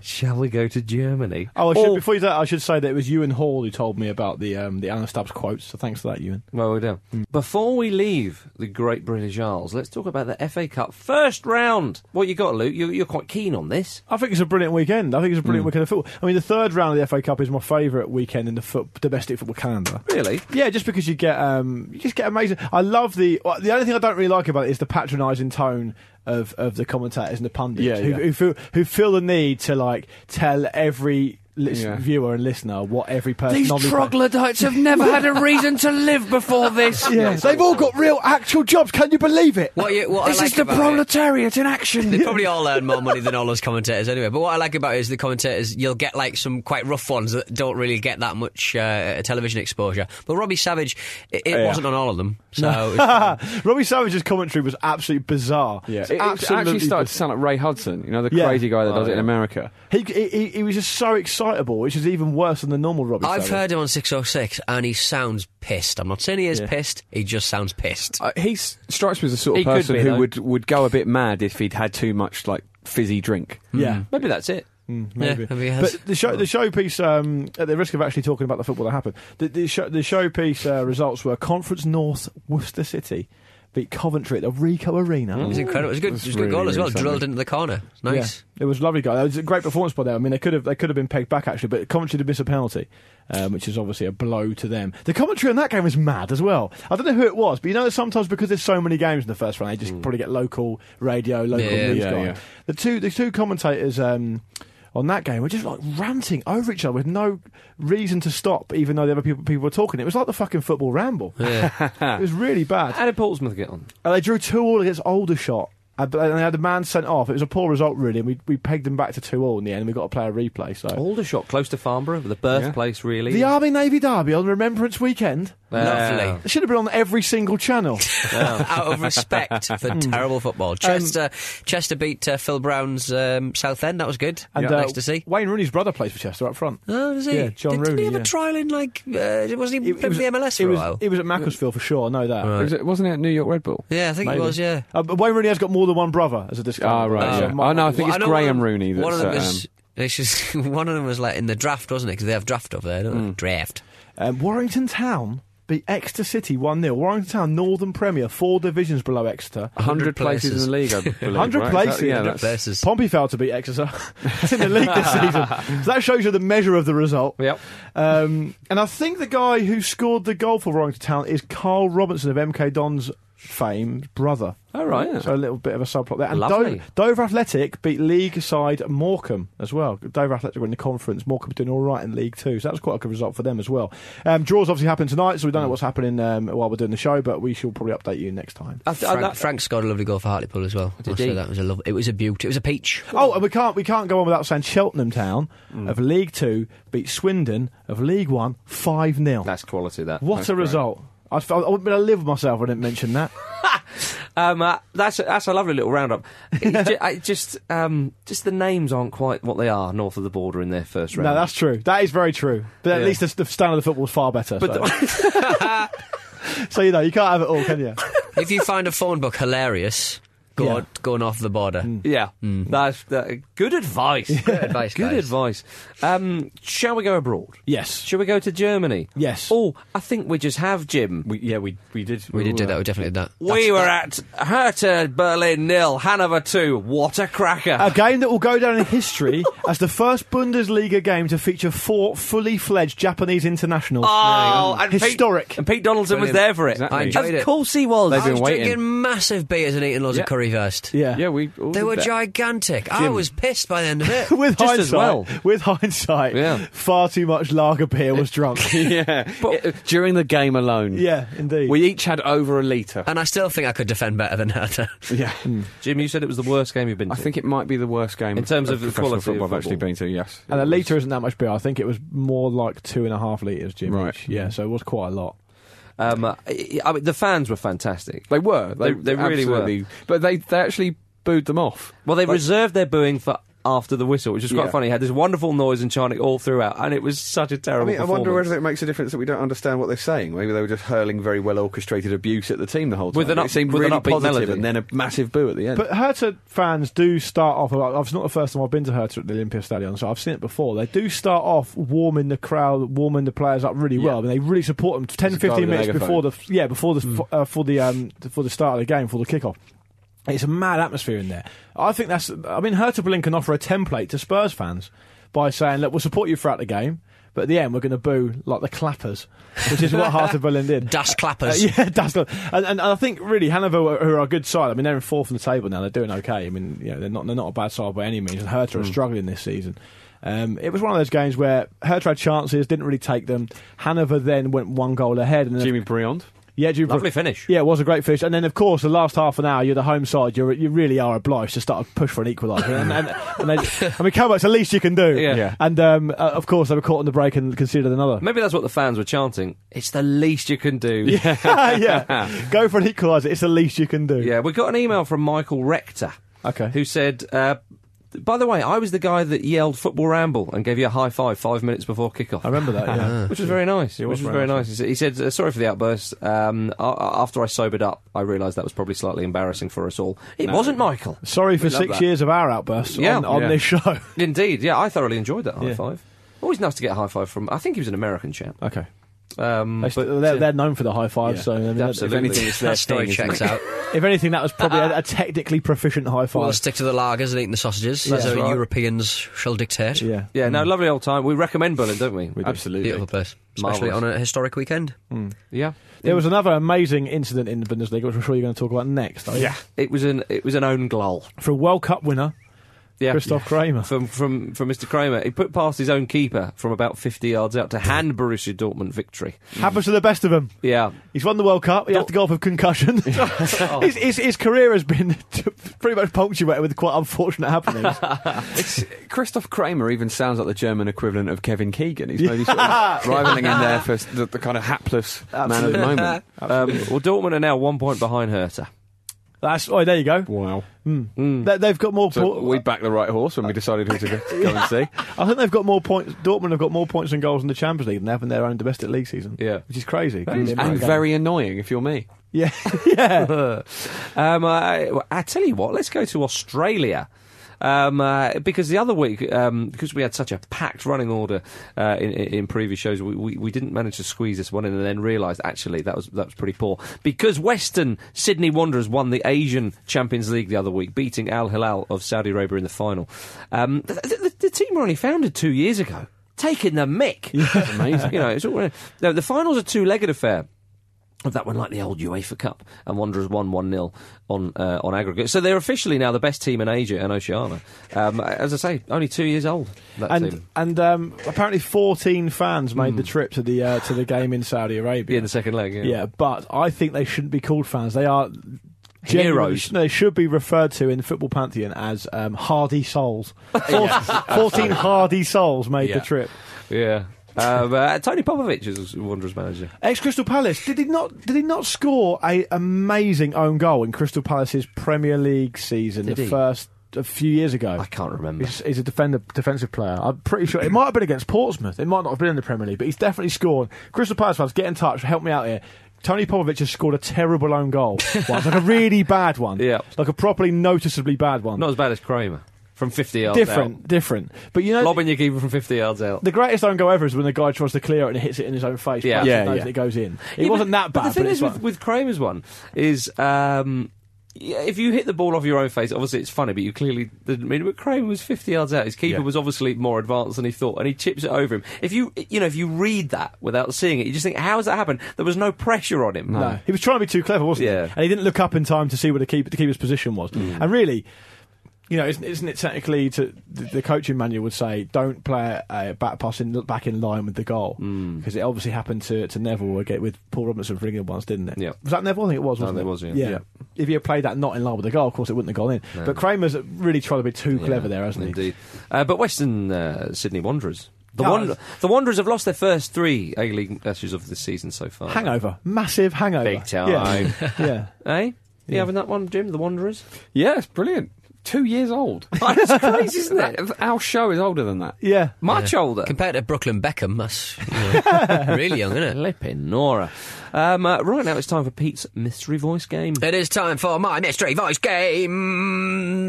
Shall we go to Germany?
Oh, I should,
Or-
before you do that, I should say that it was Ewan Hall who told me about the um, the Alan Stubbs quotes. So thanks for that, Ewan.
Well, we do. Before we leave the Great British Isles, let's talk about the FA Cup first round. What you got, Luke? You, you're quite keen on this.
I think it's a brilliant weekend. I think it's a brilliant weekend of football. I mean, the third round of the FA Cup is my favourite weekend in the foot- domestic football calendar.
Really?
Yeah, just because you get um, you just get amazing. I love the well, the only thing I don't really like about it is the patronising tone of, of the commentators and the pundits
Yeah,
who,
yeah.
who feel who feel the need to like tell every lis-
Yeah.
viewer and listener what every person
These
on the-
troglodytes have never had a reason to live before this.
Yeah, they've all got real actual jobs. Can you believe it?
What, you, what
This
I like
is the
about it-
proletariat in action.
They probably all earn more money than all those commentators anyway. But what I like about it is the commentators, you'll get like some quite rough ones that don't really get that much uh, television exposure. But Robbie Savage, it, it wasn't on all of them. So it's-
Robbie Savage's commentary was absolutely bizarre.
Yeah,
It's
it, it
absolutely
actually started
bizarre.
to sound like Ray Hudson, you know, the
Yeah.
crazy guy that does
Oh,
it in
yeah.
America.
He, he, he- he was just so excitable, which is even worse than the normal Robbie.
I've
Fowler.
heard him on 606 and he sounds pissed. I'm not saying he is
Yeah.
pissed, he just sounds pissed.
Uh, he s- strikes me as the sort
He
of
could
person
be,
who
though.
would, would go a bit mad if he'd had too much like fizzy drink.
Yeah,
Maybe that's it.
Mm, maybe.
maybe he Hmm. has.
But the show, the showpiece, um, at the risk of actually talking about the football that happened, the, the, show, the showpiece uh, results were Conference North Worcester City beat Coventry at the Rico Arena.
Hmm. It was incredible. It was a good, it was
That's
a good
really,
goal as
really
well, drilled
something.
into the corner. Nice.
Yeah, it was lovely, guy. It was a great performance by them. I mean, they could have they could have been pegged back actually, but Coventry did miss a penalty, um, which is obviously a blow to them. The commentary on that game was mad as well. I don't know who it was, but you know that sometimes because there's so many games in the first round, they just probably get local radio, local
Mm. Yeah,
news
yeah,
guy.
yeah.
The two the two commentators. Um, on that game, were just like ranting over each other with no reason to stop, even though the other people people were talking. It was like the fucking football ramble. it was really bad.
How did Portsmouth get on?
And they drew two all against Aldershot. And but- and they had a man sent off. It was a poor result, really, and we, we pegged them back to two all in the end. And we got to play a replay.
Oh.
So
Aldershot, close to Farnborough, the birthplace, really.
the Army Navy Derby on Remembrance Weekend.
Lovely.
It should have been on every single channel.
Out of respect for
Hmm.
terrible
Um,
football. Chester Chester beat uh, Phil Brown's um, South End. That was good. nice to see.
uh, Wayne Rooney's brother plays for Chester up front.
Oh, does he?
Yeah, John
Did, didn't
Rooney,
he have
yeah.
a trial in like? Uh, wasn't he
It- it
from
was-
the MLS for
it
a
was,
while?
It was at Macclesfield for sure. I know that.
Right.
Was it, wasn't it at New York Red Bull?
yeah, I think
Maybe.
it was. Yeah.
Uh, but Wayne Rooney has got more than one brother as a disclaimer.
Um,
Ah, right,
So
yeah.
might-
I know, I
Well,
think it's
know one of
Graham
them-
Rooney that's um,
One of them
um,
at,
was. It's just one of them was like in the draft, wasn't it? Because they have draft over there,
Hmm.
don't they? Draft.
Um, Warrington Town beat Exeter City 1 0. Warrington Town, Northern Premier, four divisions below Exeter.
100 places in the league, I believe.
100
right?
places.
Yeah,
100
that's-
places.
Pompey failed to beat Exeter in the league this season. So that shows you the measure of the result.
Yep.
Um, and I think the guy who scored the goal for Warrington Town is Carl Robinson of MK Don's fame brother.
All right.
So a little bit of a subplot there. And
Lovely.
Do- Dover Athletic beat league side Morecambe as well. Dover Athletic were in the conference. Morecambe's doing all right in League Two, so that was quite a good result for them as well. Um, draws obviously happened tonight, so we don't
Mm.
know what's happening um, while we're doing the show, but we shall probably update you next time.
I th- I-
Frank,
that-
Frank scored a lovely goal for Hartlepool as well. Did
he?
That was a love. It was a beaut. It was a peach.
Oh, and we can't we can't go on without saying Cheltenham Town
Mm.
of League Two beat Swindon of League One five 0
that's quality, that.
What a result! I, felt- I wouldn't be able to live with myself. if I didn't mention that.
Um, uh, that's, that's a lovely little roundup. It ju- I just, um, just the names aren't quite what they are north of the border in their first round.
no, that's true. That is very true. But at
Yeah.
least the, the standard of the football is far better. so. So, you know you can't have it all, can you?
if you find a phone book hilarious, go
Yeah.
on, going off the border.
Yeah, that's that, good advice. Good
advice,
Good
guys.
advice. Um, shall we go abroad?
Yes.
Shall we go to Germany?
Yes.
Oh, I think we just have Jim.
We, yeah, we, we did.
We did do that. We definitely did that.
we were at Hertha Berlin nil, Hanover two. What a cracker!
A game that will go down in history as the first Bundesliga game to feature four fully fledged Japanese internationals.
oh, and
Historic.
Pete, and Pete Donaldson was
Brilliant.
there for it.
Exactly.
I enjoyed
of
it.
course he was.
They've
I was
been waiting.
drinking massive beers and eating loads
Yeah.
of curry first.
yeah.
Yeah, we. all
They
did
were
that.
gigantic. I
Jim.
was pissed by the end of it.
With
Just
hindsight,
as well.
with hindsight,
Yeah.
far too much lager beer was drunk.
yeah. Yeah, During the game alone.
yeah, indeed.
We each had over a litre.
and I still think I could defend better than Hertha.
yeah.
Jim, you said it was the worst game you've been to.
I think it might be the worst game
In terms of the
professional
quality of
football I've actually
football.
been to. Yes,
and a
It was-
litre isn't that much beer. I think it was more like two and a half litres, Jim.
Right.
each. Yeah, so it was quite a lot.
um, uh, I I mean, the fans were fantastic.
They were. They,
They- they really were.
absolutely- But they, they actually booed them off.
Well, they
Like-
reserved their booing for after the whistle, which was quite
Yeah.
funny. Had this wonderful noise and chanting all throughout, and it was such a
I
terrible.
mean, I wonder
performance.
whether it makes a difference that we don't understand what they're saying. Maybe they were just hurling very well orchestrated abuse at the team the whole time.
With an up-
it seemed
with an
really
upbeat
positive
melody.
and then a massive boo at the end.
But Hertha fans do start off. well, It's not the first time I've been to Hertha at the Olympia Stadion, so I've seen it before. They do start off warming the crowd, warming the players up really well, and they really support them 10,
There's a guy
15
with a Hmm.
minutes before the yeah before the uh, for the um for the start of the game for the kickoff. It's a mad atmosphere in there. I think that's. I mean, Hertha Berlin can offer a template to Spurs fans by saying, "Look, we'll support you throughout the game." But at the end, we're going to boo like the clappers, which is what Hertha Berlin did.
Dash clappers.
Uh, yeah, that's not- and, and I think really Hanover, who are a good side. I mean, they're in fourth on the table now. They're doing okay. I mean, you know, they're not they're not a bad side by any means. And Hertha are
Hmm.
struggling this season. Um, it was one of those games where Hertha had chances, didn't really take them. Hanover then went one goal ahead, and then-
Jimmy Briand.
yeah, Jimmy
Lovely
Brook-
finish.
Yeah, it was a great finish. And then, of course, the last half an hour, you're the home side. You're you really are obliged to start a push for an equaliser. and, and, and they, I mean, comebacks the least you can do.
Yeah. Yeah.
And um, uh, of course, they were caught on the break and conceded another.
Maybe that's what the fans were chanting. It's the least you can do. Yeah.
yeah, go for an equaliser. It's the least you can do.
we got an email from Michael Rector
Okay.
who said uh, By the way, I was the guy that yelled football ramble and gave you a high five five minutes before kickoff.
I remember that. Yeah.
Which was very nice.
It
which
was
was very
very
nice. He said, uh, "Sorry for the outburst. Um, a- a- after I sobered up, I realised that was probably slightly embarrassing for us all. It wasn't, Michael.
Sorry for
love
six
that.
years of our outbursts
Yeah.
on, on
Yeah.
this show.
Indeed, yeah, I thoroughly enjoyed that high
Yeah.
five. Always nice to get a high five from. I think he was an American chap.
okay.
Um,
They
but-
st- they're, they're known for the high five, so I mean, that-
Absolutely.
If anything, it's their
That story
thing, isn't
checks
it?
out.
If anything, that was probably a, a technically proficient high
We'll
five.
stick to the lagers and eating the sausages.
That's
That's how
right.
Europeans shall dictate.
yeah. Mm.
yeah, no, lovely old time. We recommend Berlin, don't Hmm. we?
Absolutely.
Beautiful place, especially
Marvellous.
on a historic weekend.
Yeah.
Mm. There was another amazing incident in the Bundesliga, which I'm sure you're going to talk about next. aren't you?
It was an it was an own goal.
For a World Cup winner,
Yeah.
Christoph Kramer.
from from from Mr. Kramer. He put past his own keeper from about 50 yards out to hand Borussia Dortmund victory.
Happens to the best of them.
Yeah.
He's won the World Cup. He had to go off with concussion. his, his, his career has been pretty much punctuated with quite unfortunate happenings.
It's, Christoph Kramer even sounds like the German equivalent of Kevin Keegan. He's maybe sort of rivaling in there for the, the kind of hapless man of the moment.
Um, well, Dortmund are now one point behind Hertha.
That's oh, there you go. Mm.
Wow.
They, they've got more.
So
po-
we backed the right horse when we decided who to go, to go and see.
I think they've got more points. Dortmund have got more points and goals in the Champions League than they have in their own domestic league season.
Yeah.
which is crazy.
And very annoying if you're me.
yeah, yeah.
Um, I, I tell you what, let's go to Australia. Um, uh, because the other week, um, because we had such a packed running order uh, in, in in previous shows, we, we, we didn't manage to squeeze this one in, and then realised actually that was that was pretty poor. Because Western Sydney Wanderers won the Asian Champions League the other week, beating Al Hilal of Saudi Arabia in the final. Um, the, the, the team were only founded two years ago, taking the mick. amazing. you know, it's all, uh, no, the finals a two-legged affair of that one, like the old UEFA Cup, and Wanderers won one 0 on uh, on aggregate. So they're officially now the best team in Asia and Oceania. Um, as I say, only two years old. That
and
team.
and um, apparently 14 fans made the trip to the uh, to the game in Saudi
Yeah,
Arabia.
in the second leg. Yeah.
Yeah, but I think they shouldn't be called fans. They are genuinely-
Heroes.
They should be referred to in the football pantheon as um, hardy souls. Four- 14 hardy souls made
Yeah.
the trip.
Yeah. Um, uh, Tony Popovich is Wanderers manager.
Ex Crystal Palace did he not did he not score a amazing own goal in Crystal Palace's Premier League season
Did
the
he?
first a few years ago.
I can't remember.
He's, he's a defender, defensive player. I'm pretty sure it might have been against Portsmouth. It might not have been in the Premier League, but he's definitely scored. Crystal Palace fans, get in touch. Help me out here. Tony Popovich has scored a terrible own goal once, like a really bad one,
Yeah.
like a properly noticeably bad one.
Not as bad as Kramer from 50 yards
different,
out.
different. But you know,
Lobbing your keeper from 50 yards out.
the greatest own goal ever is when the guy tries to clear it and it hits it in his own face.
Yeah.
but he
Yeah,
knows
yeah.
that it goes in. It
Yeah,
wasn't
but-
that bad.
But the thing
but
is,
it's
with,
like-
with Kramer's one is. Um, yeah, if you hit the ball off your own face, obviously it's funny, but you clearly didn't mean it. But Kramer was 50 yards out. His keeper
Yeah.
was obviously more advanced than he thought, and he chips it over him. If you, you know, if you read that without seeing it, you just think, how has that happened? There was no pressure on him.
No, he was trying to be too clever, wasn't
Yeah. Mm.
he? And he didn't look up in time to see what the, keep, the keeper's position was. And really, you know, isn't, isn't it technically to the, the coaching manual would say don't play a back pass in, back in line with the goal
Mm.
because it obviously happened to, to Neville again with Paul Robinson for England once, didn't it?
Yeah.
Was that Neville? I think it was. Wasn't
it
it
was, yeah. Yeah.
If he had played that not in line with the goal, of course it wouldn't have gone in. But Kramer's really trying to be too clever there, hasn't
Indeed. Uh, but Western uh, Sydney Wanderers. The,
Oh,
Wand-
it's-
the Wanderers have lost their first three A League matches of the season so far.
he? Hangover, massive hangover,
Big time.
Yeah, yeah.
Eh? You having that one, Jim? The Wanderers?
Yeah, it's brilliant. Two years old.
That's crazy, isn't it?
That- Our show is older than that.
yeah.
Much older.
Compared to Brooklyn Beckham, that's you know, really young, isn't it?
Flipping Nora. Um, uh, right now it's time for Pete's mystery voice game.
It is time for my mystery voice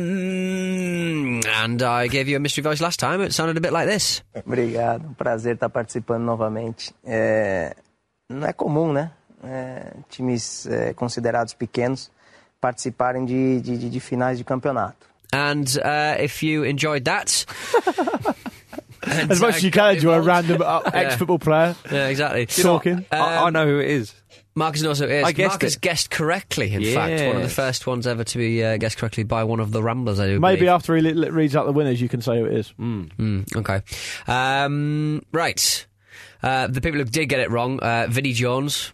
game, and I gave you a mystery voice last time. It sounded a bit like this.
Obrigado, um prazer estar participando novamente. É, não é comum, né? É, times é, considerados pequenos participarem de, de- de- de finais de campeonato.
And uh, if you enjoyed that, and,
As much
uh,
as you
got
can enjoy a
involved-
random uh, ex-football player.
Yeah, exactly.
Talking.
I, I know who it is.
Marcus knows who it is.
I guessed
Marcus
it.
guessed correctly. In fact, one of the
Yes.
first ones ever to be uh, guessed correctly by one of the ramblers. I do
Maybe
believe.
after he li- reads out the winners, you can say who it is.
Mm, okay. Um, right. Uh, the people who did get it wrong: uh, Vinnie Jones,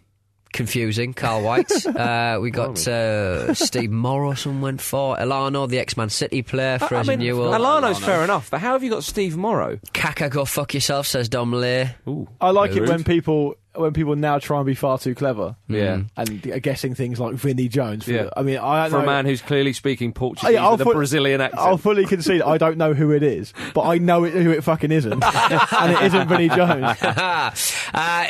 confusing. Carl White. uh, we got uh, Steve Morrison went for Elano, the ex-Man City player.
Uh, I- I
Fraser
mean,
Newell.
Alano's fair enough, but how have you got Steve Morrow?
Kaka, go fuck yourself, says Dom Lear.
I like it
Rude.
when people when people now try and be far too clever.
Mm.
Yeah.
And are guessing things like Vinnie Jones. For
Yeah.
I mean, I don't
for a
know-
man who's clearly speaking
Oh,
Portuguese
yeah,
with a
fu-
Brazilian accent.
I'll fully concede I don't know who it is, but I know it, who it fucking isn't, and it isn't Vinnie Jones.
uh,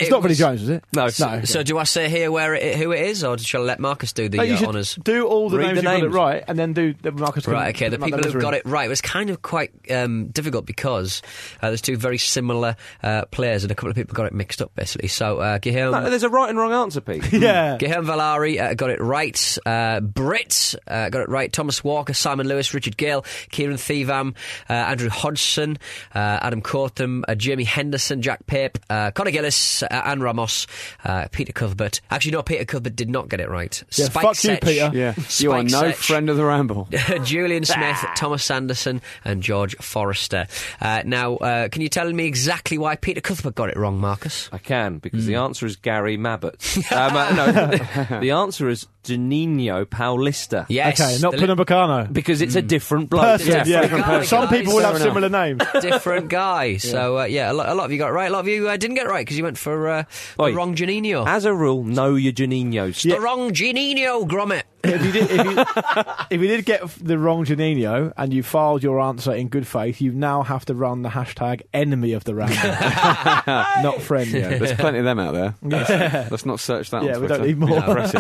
It's
it
not Vinnie
was-
Jones, is it?
No.
no.
So do I say here where it, who it is, or shall I let Marcus do the
No, you
uh,
should
honours?
do all the
Read
names
the
you got it
names.
right, and then do the Marcus. can
Right, okay.
put
The
them up
people
there
who've
as
got
a-
it right it was kind of quite um, difficult because uh, there's two very similar uh, players, and a couple of people got it mixed up basically. So uh, Guillaume,
No, there's a right and wrong answer, Pete.
Yeah.
Guillaume Valari uh, got it right. Uh, Britt uh, got it right. Thomas Walker, Simon Lewis, Richard Gale, Kieran Thievam, uh, Andrew Hodgson, uh, Adam Cortham, uh, Jamie Henderson, Jack Pape, uh, Conor Gillis, uh, Anne Ramos, uh, Peter Cuthbert. Actually, no, Peter Cuthbert did not get it right.
Yeah,
Spike
fuck you,
Setch,
Peter.
Yeah, you
Spike
are no
Setch.
friend of the ramble.
Julian Smith, Thomas Sanderson, and George Forrester. Uh, now, uh, can you tell me exactly why Peter Cuthbert got it wrong, Marcus?
I can because the answer is Gary Mabbott. um, uh, no, the, the answer is Janino Paulista.
Yes.
Okay, not
the li-
Pernambucano.
because it's a different bloke.
Person, yeah.
different person.
Some people will have
Fair enough.
similar names.
different guy. So uh, yeah, a lot, a lot of you got it right. A lot of you uh, didn't get it right because you went for uh, the
Oi.
wrong Janino.
As a rule, know your Janinos.
the wrong Janino grommet.
if you did, if you, if you did get f- the wrong Janino and you filed your answer in good faith, you now have to run the hashtag enemy of the ramble, not friend.
Yeah, there's plenty of them out there. Let's, let's not search that.
Yeah,
on
we don't
Twitter.
need more.
Yeah, press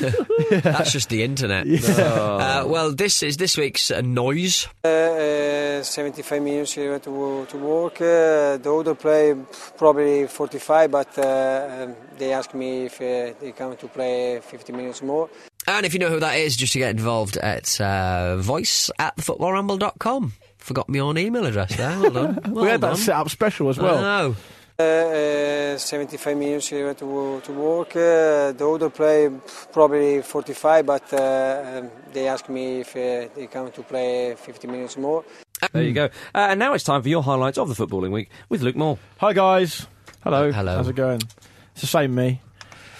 him.
That's just the internet. Uh, well, this is this week's uh, noise.
Uh, 75 minutes you have to, to work. Uh, the other play pff, probably 45, but uh, um, they asked me if uh, they come to play 50 minutes more.
And if you know who that is, just to get involved, it's uh, voice at footballramble.com. Forgot my own email address there. Well done. Well
we had
done.
that set up special as
I
well.
know.
Uh, uh, 75 minutes you have to, to work. Uh, the other play pff, probably 45, but uh, um, they asked me if uh, they come to play 50 minutes more.
There you go. Uh, and now it's time for your highlights of the footballing week with Luke Moore.
Hi guys, hello,
Hello.
how's it going? It's the same me.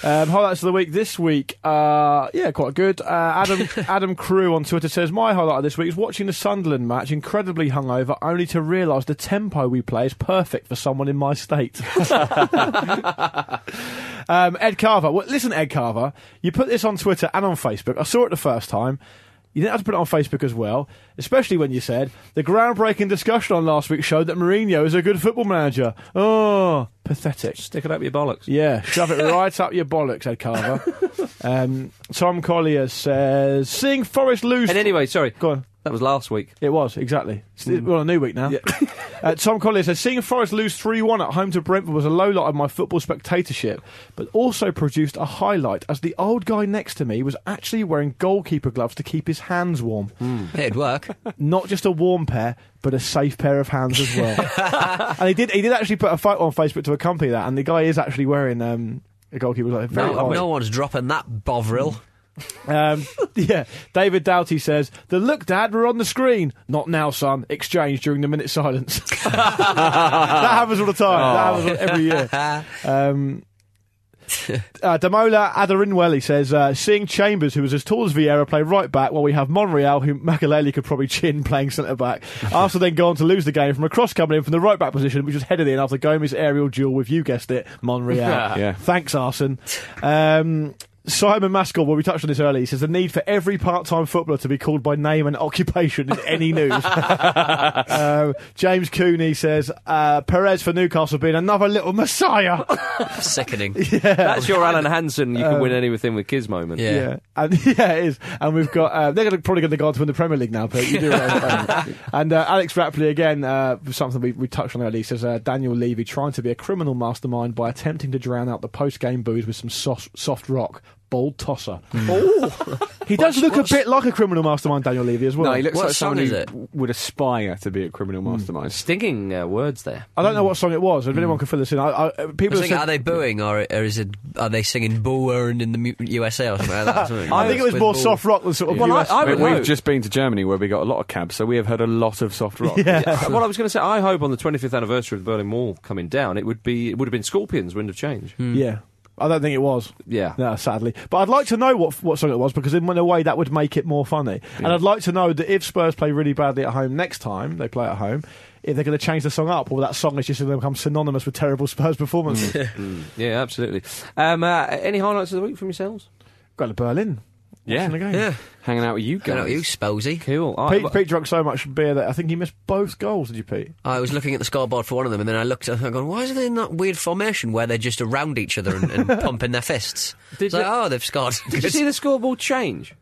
Um, highlights of the week this week, uh, yeah, quite good. Uh, Adam Adam Crew on Twitter says my highlight of this week is watching the Sunderland match, incredibly hungover, only to realise the tempo we play is perfect for someone in my state. Um, Ed Carver. Well, listen, Ed Carver, you put this on Twitter and on Facebook. I saw it the first time. You didn't have to put it on Facebook as well, especially when you said the groundbreaking discussion on last week showed that Mourinho is a good football manager. Oh, pathetic.
Stick it up your bollocks.
Yeah, shove it right up your bollocks, Ed Carver. um, Tom Collier says, seeing Forest lose.
And anyway, Mm. sorry,
Go on.
that was last week.
It was, exactly. It's- We're on a new week now. uh, Tom Collier says, seeing Forest lose 3-1 at home to Brentford was a low light of my football spectatorship, but also produced a highlight as the old guy next to me was actually wearing goalkeeper gloves to keep his hands warm.
Hmm. It'd work.
Not just a warm pair, but a safe pair of hands as well. and he did, he did actually put a photo on Facebook to accompany that, and the guy is actually wearing... Um, a goalkeeper glove. Very
No,
odd.
no one's dropping that bovril.
Um, yeah, David Doughty says, The look, Dad, we're on the screen. Not now, son. Exchange during the minute silence. that happens all the time. That happens every year. Um, uh, Damola Adarinwelli says, uh, Seeing Chambers, who was as tall as Vieira, play right back while we have Monreal, who Makaleli could probably chin playing centre back. Arsenal then go on to lose the game from a cross coming in from the right back position, which was headed in after Gomez aerial duel with, you guessed it, Monreal.
Yeah.
Thanks, Arson. Um, Simon Maskell, well, we touched on this earlier. He says the need for every part-time footballer to be called by name and occupation is any news. um, James Cooney says uh, Perez for Newcastle being another little messiah.
Sickening.
That's your Alan Hansen. You can win anything with kids moment.
Yeah.
and yeah, it is. And we've got uh, they're gonna, probably going to go on to win the Premier League now, but you do. realise that. and uh, Alex Rapley again, uh, something we, we touched on earlier. He says uh, Daniel Levy trying to be a criminal mastermind by attempting to drown out the post-game booze with some soft, soft rock. Bold tosser. he does look a bit like a criminal mastermind, Daniel Levy, as well.
No, he looks
What
like
song
someone
is
who
it?
would aspire to be a criminal mastermind.
Stinging uh, words there.
I don't know what song it was. If anyone can fill this in, I, I,
I
people
was
have
thinking,
said,
are they booing or, or is it are they singing boo earned in the mu- USA or something like that? Something
I think it was
with
more
boo.
soft rock than sort of
Well, I-
US.
I would
We-
hope-
We've just been to Germany where we got a lot of cabs, so we have heard a lot of soft rock.
Yeah, well, I was going to say, I hope on the 25th anniversary of the Berlin Wall coming down, it would be it would have been Scorpions, Wind of Change.
yeah. I don't think it was.
Yeah.
No, sadly. But I'd like to know what what song it was because in a way that would make it more funny. And I'd like to know that if Spurs play really badly at home next time they play at home, if they're going to change the song up or that song is just going to become synonymous with terrible Spurs performances.
Yeah, absolutely. Um, uh, any highlights of the week from yourselves?
Going to Berlin.
Yeah.
Watching the game.
Yeah.
Hanging out with you
Good
guys.
on you, Sposy.
Cool. I-
Pete, Pete drunk so much beer that I think he missed both goals. Did you, Pete?
I was looking at the scoreboard for one of them, and then I looked at and gone, why is it in that weird formation where they're just around each other and, and pumping their fists?
Did
it's like,
you-
oh, they've scored.
Did you see the scoreboard change?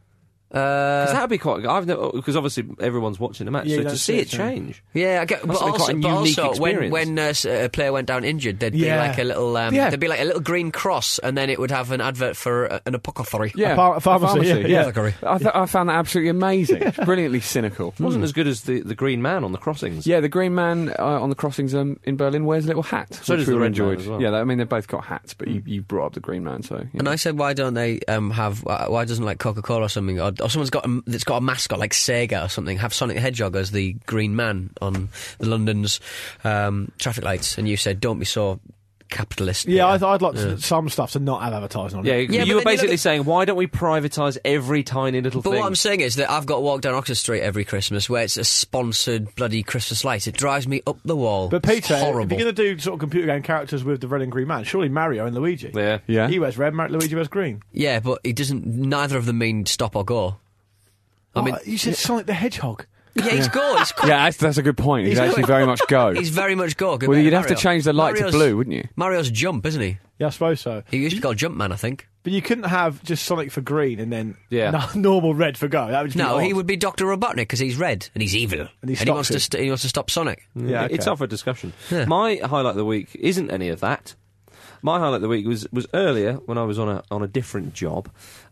Uh,
Because that'd be quite. I've never because obviously everyone's watching the match,
Yeah, you
so
don't
to see
see
it
it, don't you?
change.
Yeah, I get, but
Must have been quite
also,
a
but
unique
also when
experience.
when uh, s- a player went down injured, there'd
Yeah.
be like a little um,
Yeah.
there'd be like a little green cross, and then it would have an advert for a, an apothecary.
Yeah,
A phar- a pharmacy, yeah, yeah.
Apothecary.
I, th- I found that absolutely amazing. It's brilliantly cynical.
Hmm.
Hmm.
Wasn't as good as the, the Green Man on the crossings.
Yeah, the green man uh, on the crossings um, in Berlin wears a little hat.
So
which
does
we
the
all
red man
enjoyed.
as well.
Yeah, I mean they've both got hats, but
Hmm.
you, you brought up the green man, so yeah.
And I said, why don't they um, have? Why why doesn't like Coca Cola or something, or, or someone's got a, that's got a mascot like Sega or something, have Sonic the Hedgehog as the Green Man on the London's um, traffic lights? And you said, don't be so capitalist.
Yeah, I
Peter."
th- I'd like to some stuff to not have advertising on
yeah. you-
it.
Yeah, but
you
then you
were
look
basically
at-
saying why don't we privatise every tiny little
But
thing?
what I'm saying is that I've got to walk down Oxford Street every Christmas where it's a sponsored bloody Christmas light. It drives me up the wall.
But Peter,
it's horrible.
if you're going to do sort of computer game characters with the red and green man, surely Mario and Luigi.
Yeah.
Yeah.
He wears red, Mar- Luigi wears green.
Yeah, but it doesn't. Neither of them mean stop or go. I mean,
What? Oh, you said Sonic the Hedgehog.
yeah, he's go. He's,
yeah, that's, that's a good point. He's actually very much go.
he's very much go. compared
well, you'd have to
Mario.
change the light
Mario's-
to blue, wouldn't you?
Mario's jump, isn't he?
Yeah, I suppose so.
He used to be called Jumpman, I think.
But you couldn't have just Sonic for green and then
Yeah.
no- normal red for go. That would just be
No,
odd.
he would be Doctor Robotnik because he's red and he's evil
And he stops
wants
him.
to st- he wants to stop Sonic.
Yeah,
It- It's
okay.
up for discussion.
Yeah.
My highlight of the week isn't any of that. My highlight of the week was, was earlier when I was on a on a different job.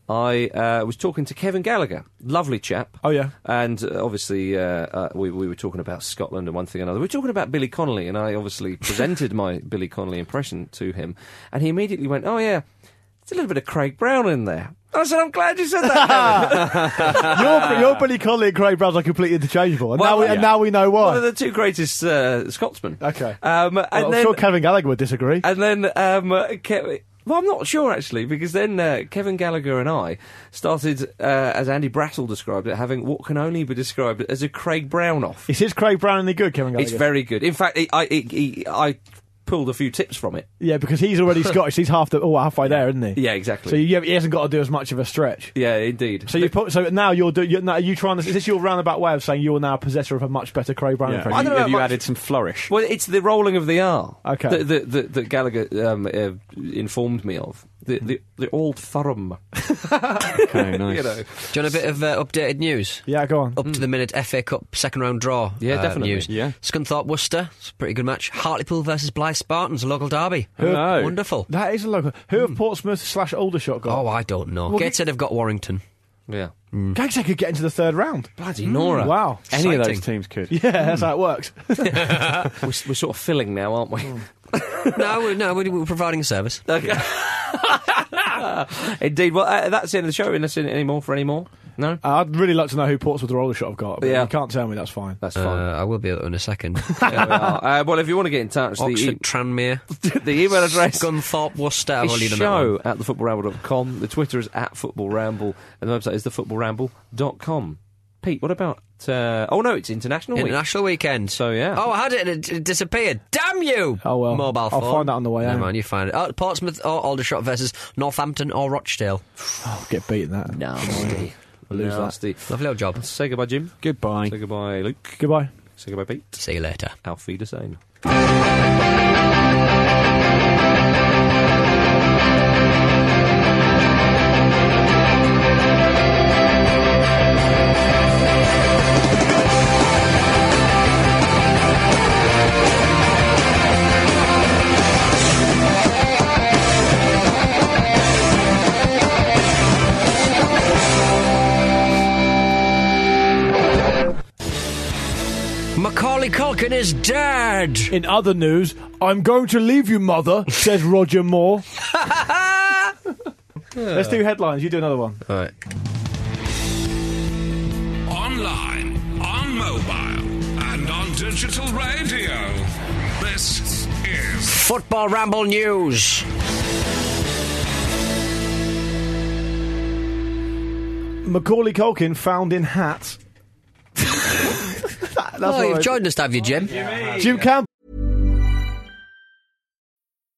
I uh, was talking to Kevin Gallagher, lovely chap.
Oh, yeah.
and uh, obviously uh, uh, we we were talking about Scotland and one thing and another. We were talking about Billy Connolly, and I obviously presented my Billy Connolly impression to him, and he immediately went, "Oh yeah, it's a little bit of Craig Brown in there." I said, "I'm glad you said that." Kevin."
your, your Billy Connolly and Craig Brown are completely interchangeable. And,
Well,
now, we,
yeah.
and now we know
One
why.
of the two greatest uh, Scotsmen.
Okay.
um, and
Well, I'm
then
sure Kevin Gallagher would disagree.
And then, um, uh, Ke- well, I'm not sure actually, because then uh, Kevin Gallagher and I started, uh, as Andy Brattle described it, having what can only be described as a Craig Brown off.
Is his Craig Brown any good, Kevin Gallagher?
It's very good. In fact, it, I, it, he- I pulled a few tips from it.
yeah, because he's already Scottish. He's half the, oh, halfway there, isn't he?
Yeah, exactly.
So you, he hasn't got to do as much of a stretch.
yeah, indeed.
So you put so now you're do, you're, now are you trying to is this your roundabout way of saying you're now a possessor of a much better Craig Brown impression?
I don't know
Have you
about-
added some flourish?
well, it's the rolling of the R
Okay.
that, that, that, that Gallagher um, uh, informed me of. The, the, the old Thurum.
okay, nice.
You know.
Do you want a bit of uh, updated news?
Yeah, go on.
Oh,
Up to the minute FA Cup second round draw.
Hmm. Yeah,
uh,
definitely.
News.
Yeah.
Scunthorpe Worcester, it's a pretty good match. Hartlepool versus Blyth Spartans, a local derby.
Hello.
Wonderful.
That is a local. Who
Hmm.
have Portsmouth slash Aldershot got?
Oh, I don't know.
Well,
Gateshead have got Warrington. Hmm.
Yeah.
Gags they could get into the third round.
Bloody Nora.
Wow.
Any of those
Exciting.
teams could.
Yeah, that's
Hmm.
how it works.
We're, s- we're sort of filling now, aren't we?
no, we- no, we- we're providing a service.
Okay. Indeed. Well, uh, that's the end of the show. Unless any more for any more. No,
Uh, I'd really like to know who Portsmouth or Aldershot have got. But
Yeah.
You can't tell me, that's fine.
that's
Uh,
fine.
I will be in a second.
There we are. Uh, well, if you want to get in touch, the,
Oxford,
e-
Tranmere,
the email address
Scunthorpe, Worcester. I've
is
already done that one.
show at thefootballramble.com. The Twitter is at footballramble, and the website is thefootballramble.com. Pete, what about? Uh, oh no, it's international. Week.
International weekend.
So, yeah.
Oh, I had it and it, it disappeared. Damn you!
Oh, well.
Mobile
I'll
phone.
find that on the way
Never
home.
mind, you find it. Oh, Portsmouth or Aldershot versus Northampton or Rochdale.
I'll get beaten that.
Nasty.
lose that.
Nasty.
Lovely little job.
Say goodbye, Jim.
Goodbye.
Say goodbye, Luke.
Goodbye.
Say goodbye, Pete.
See you later.
Auf Wiedersehen.
Macaulay Culkin is dead.
In other news, I'm going to leave you, mother, says Roger Moore. Let's do headlines. You do another one.
All right.
Online, on mobile, and on digital radio. This is
Football Ramble News.
Macaulay Culkin found in hat. That- that's
Oh,
what
you've
I-
joined us, have you, Jim?
Jim Campbell.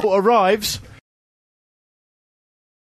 What arrives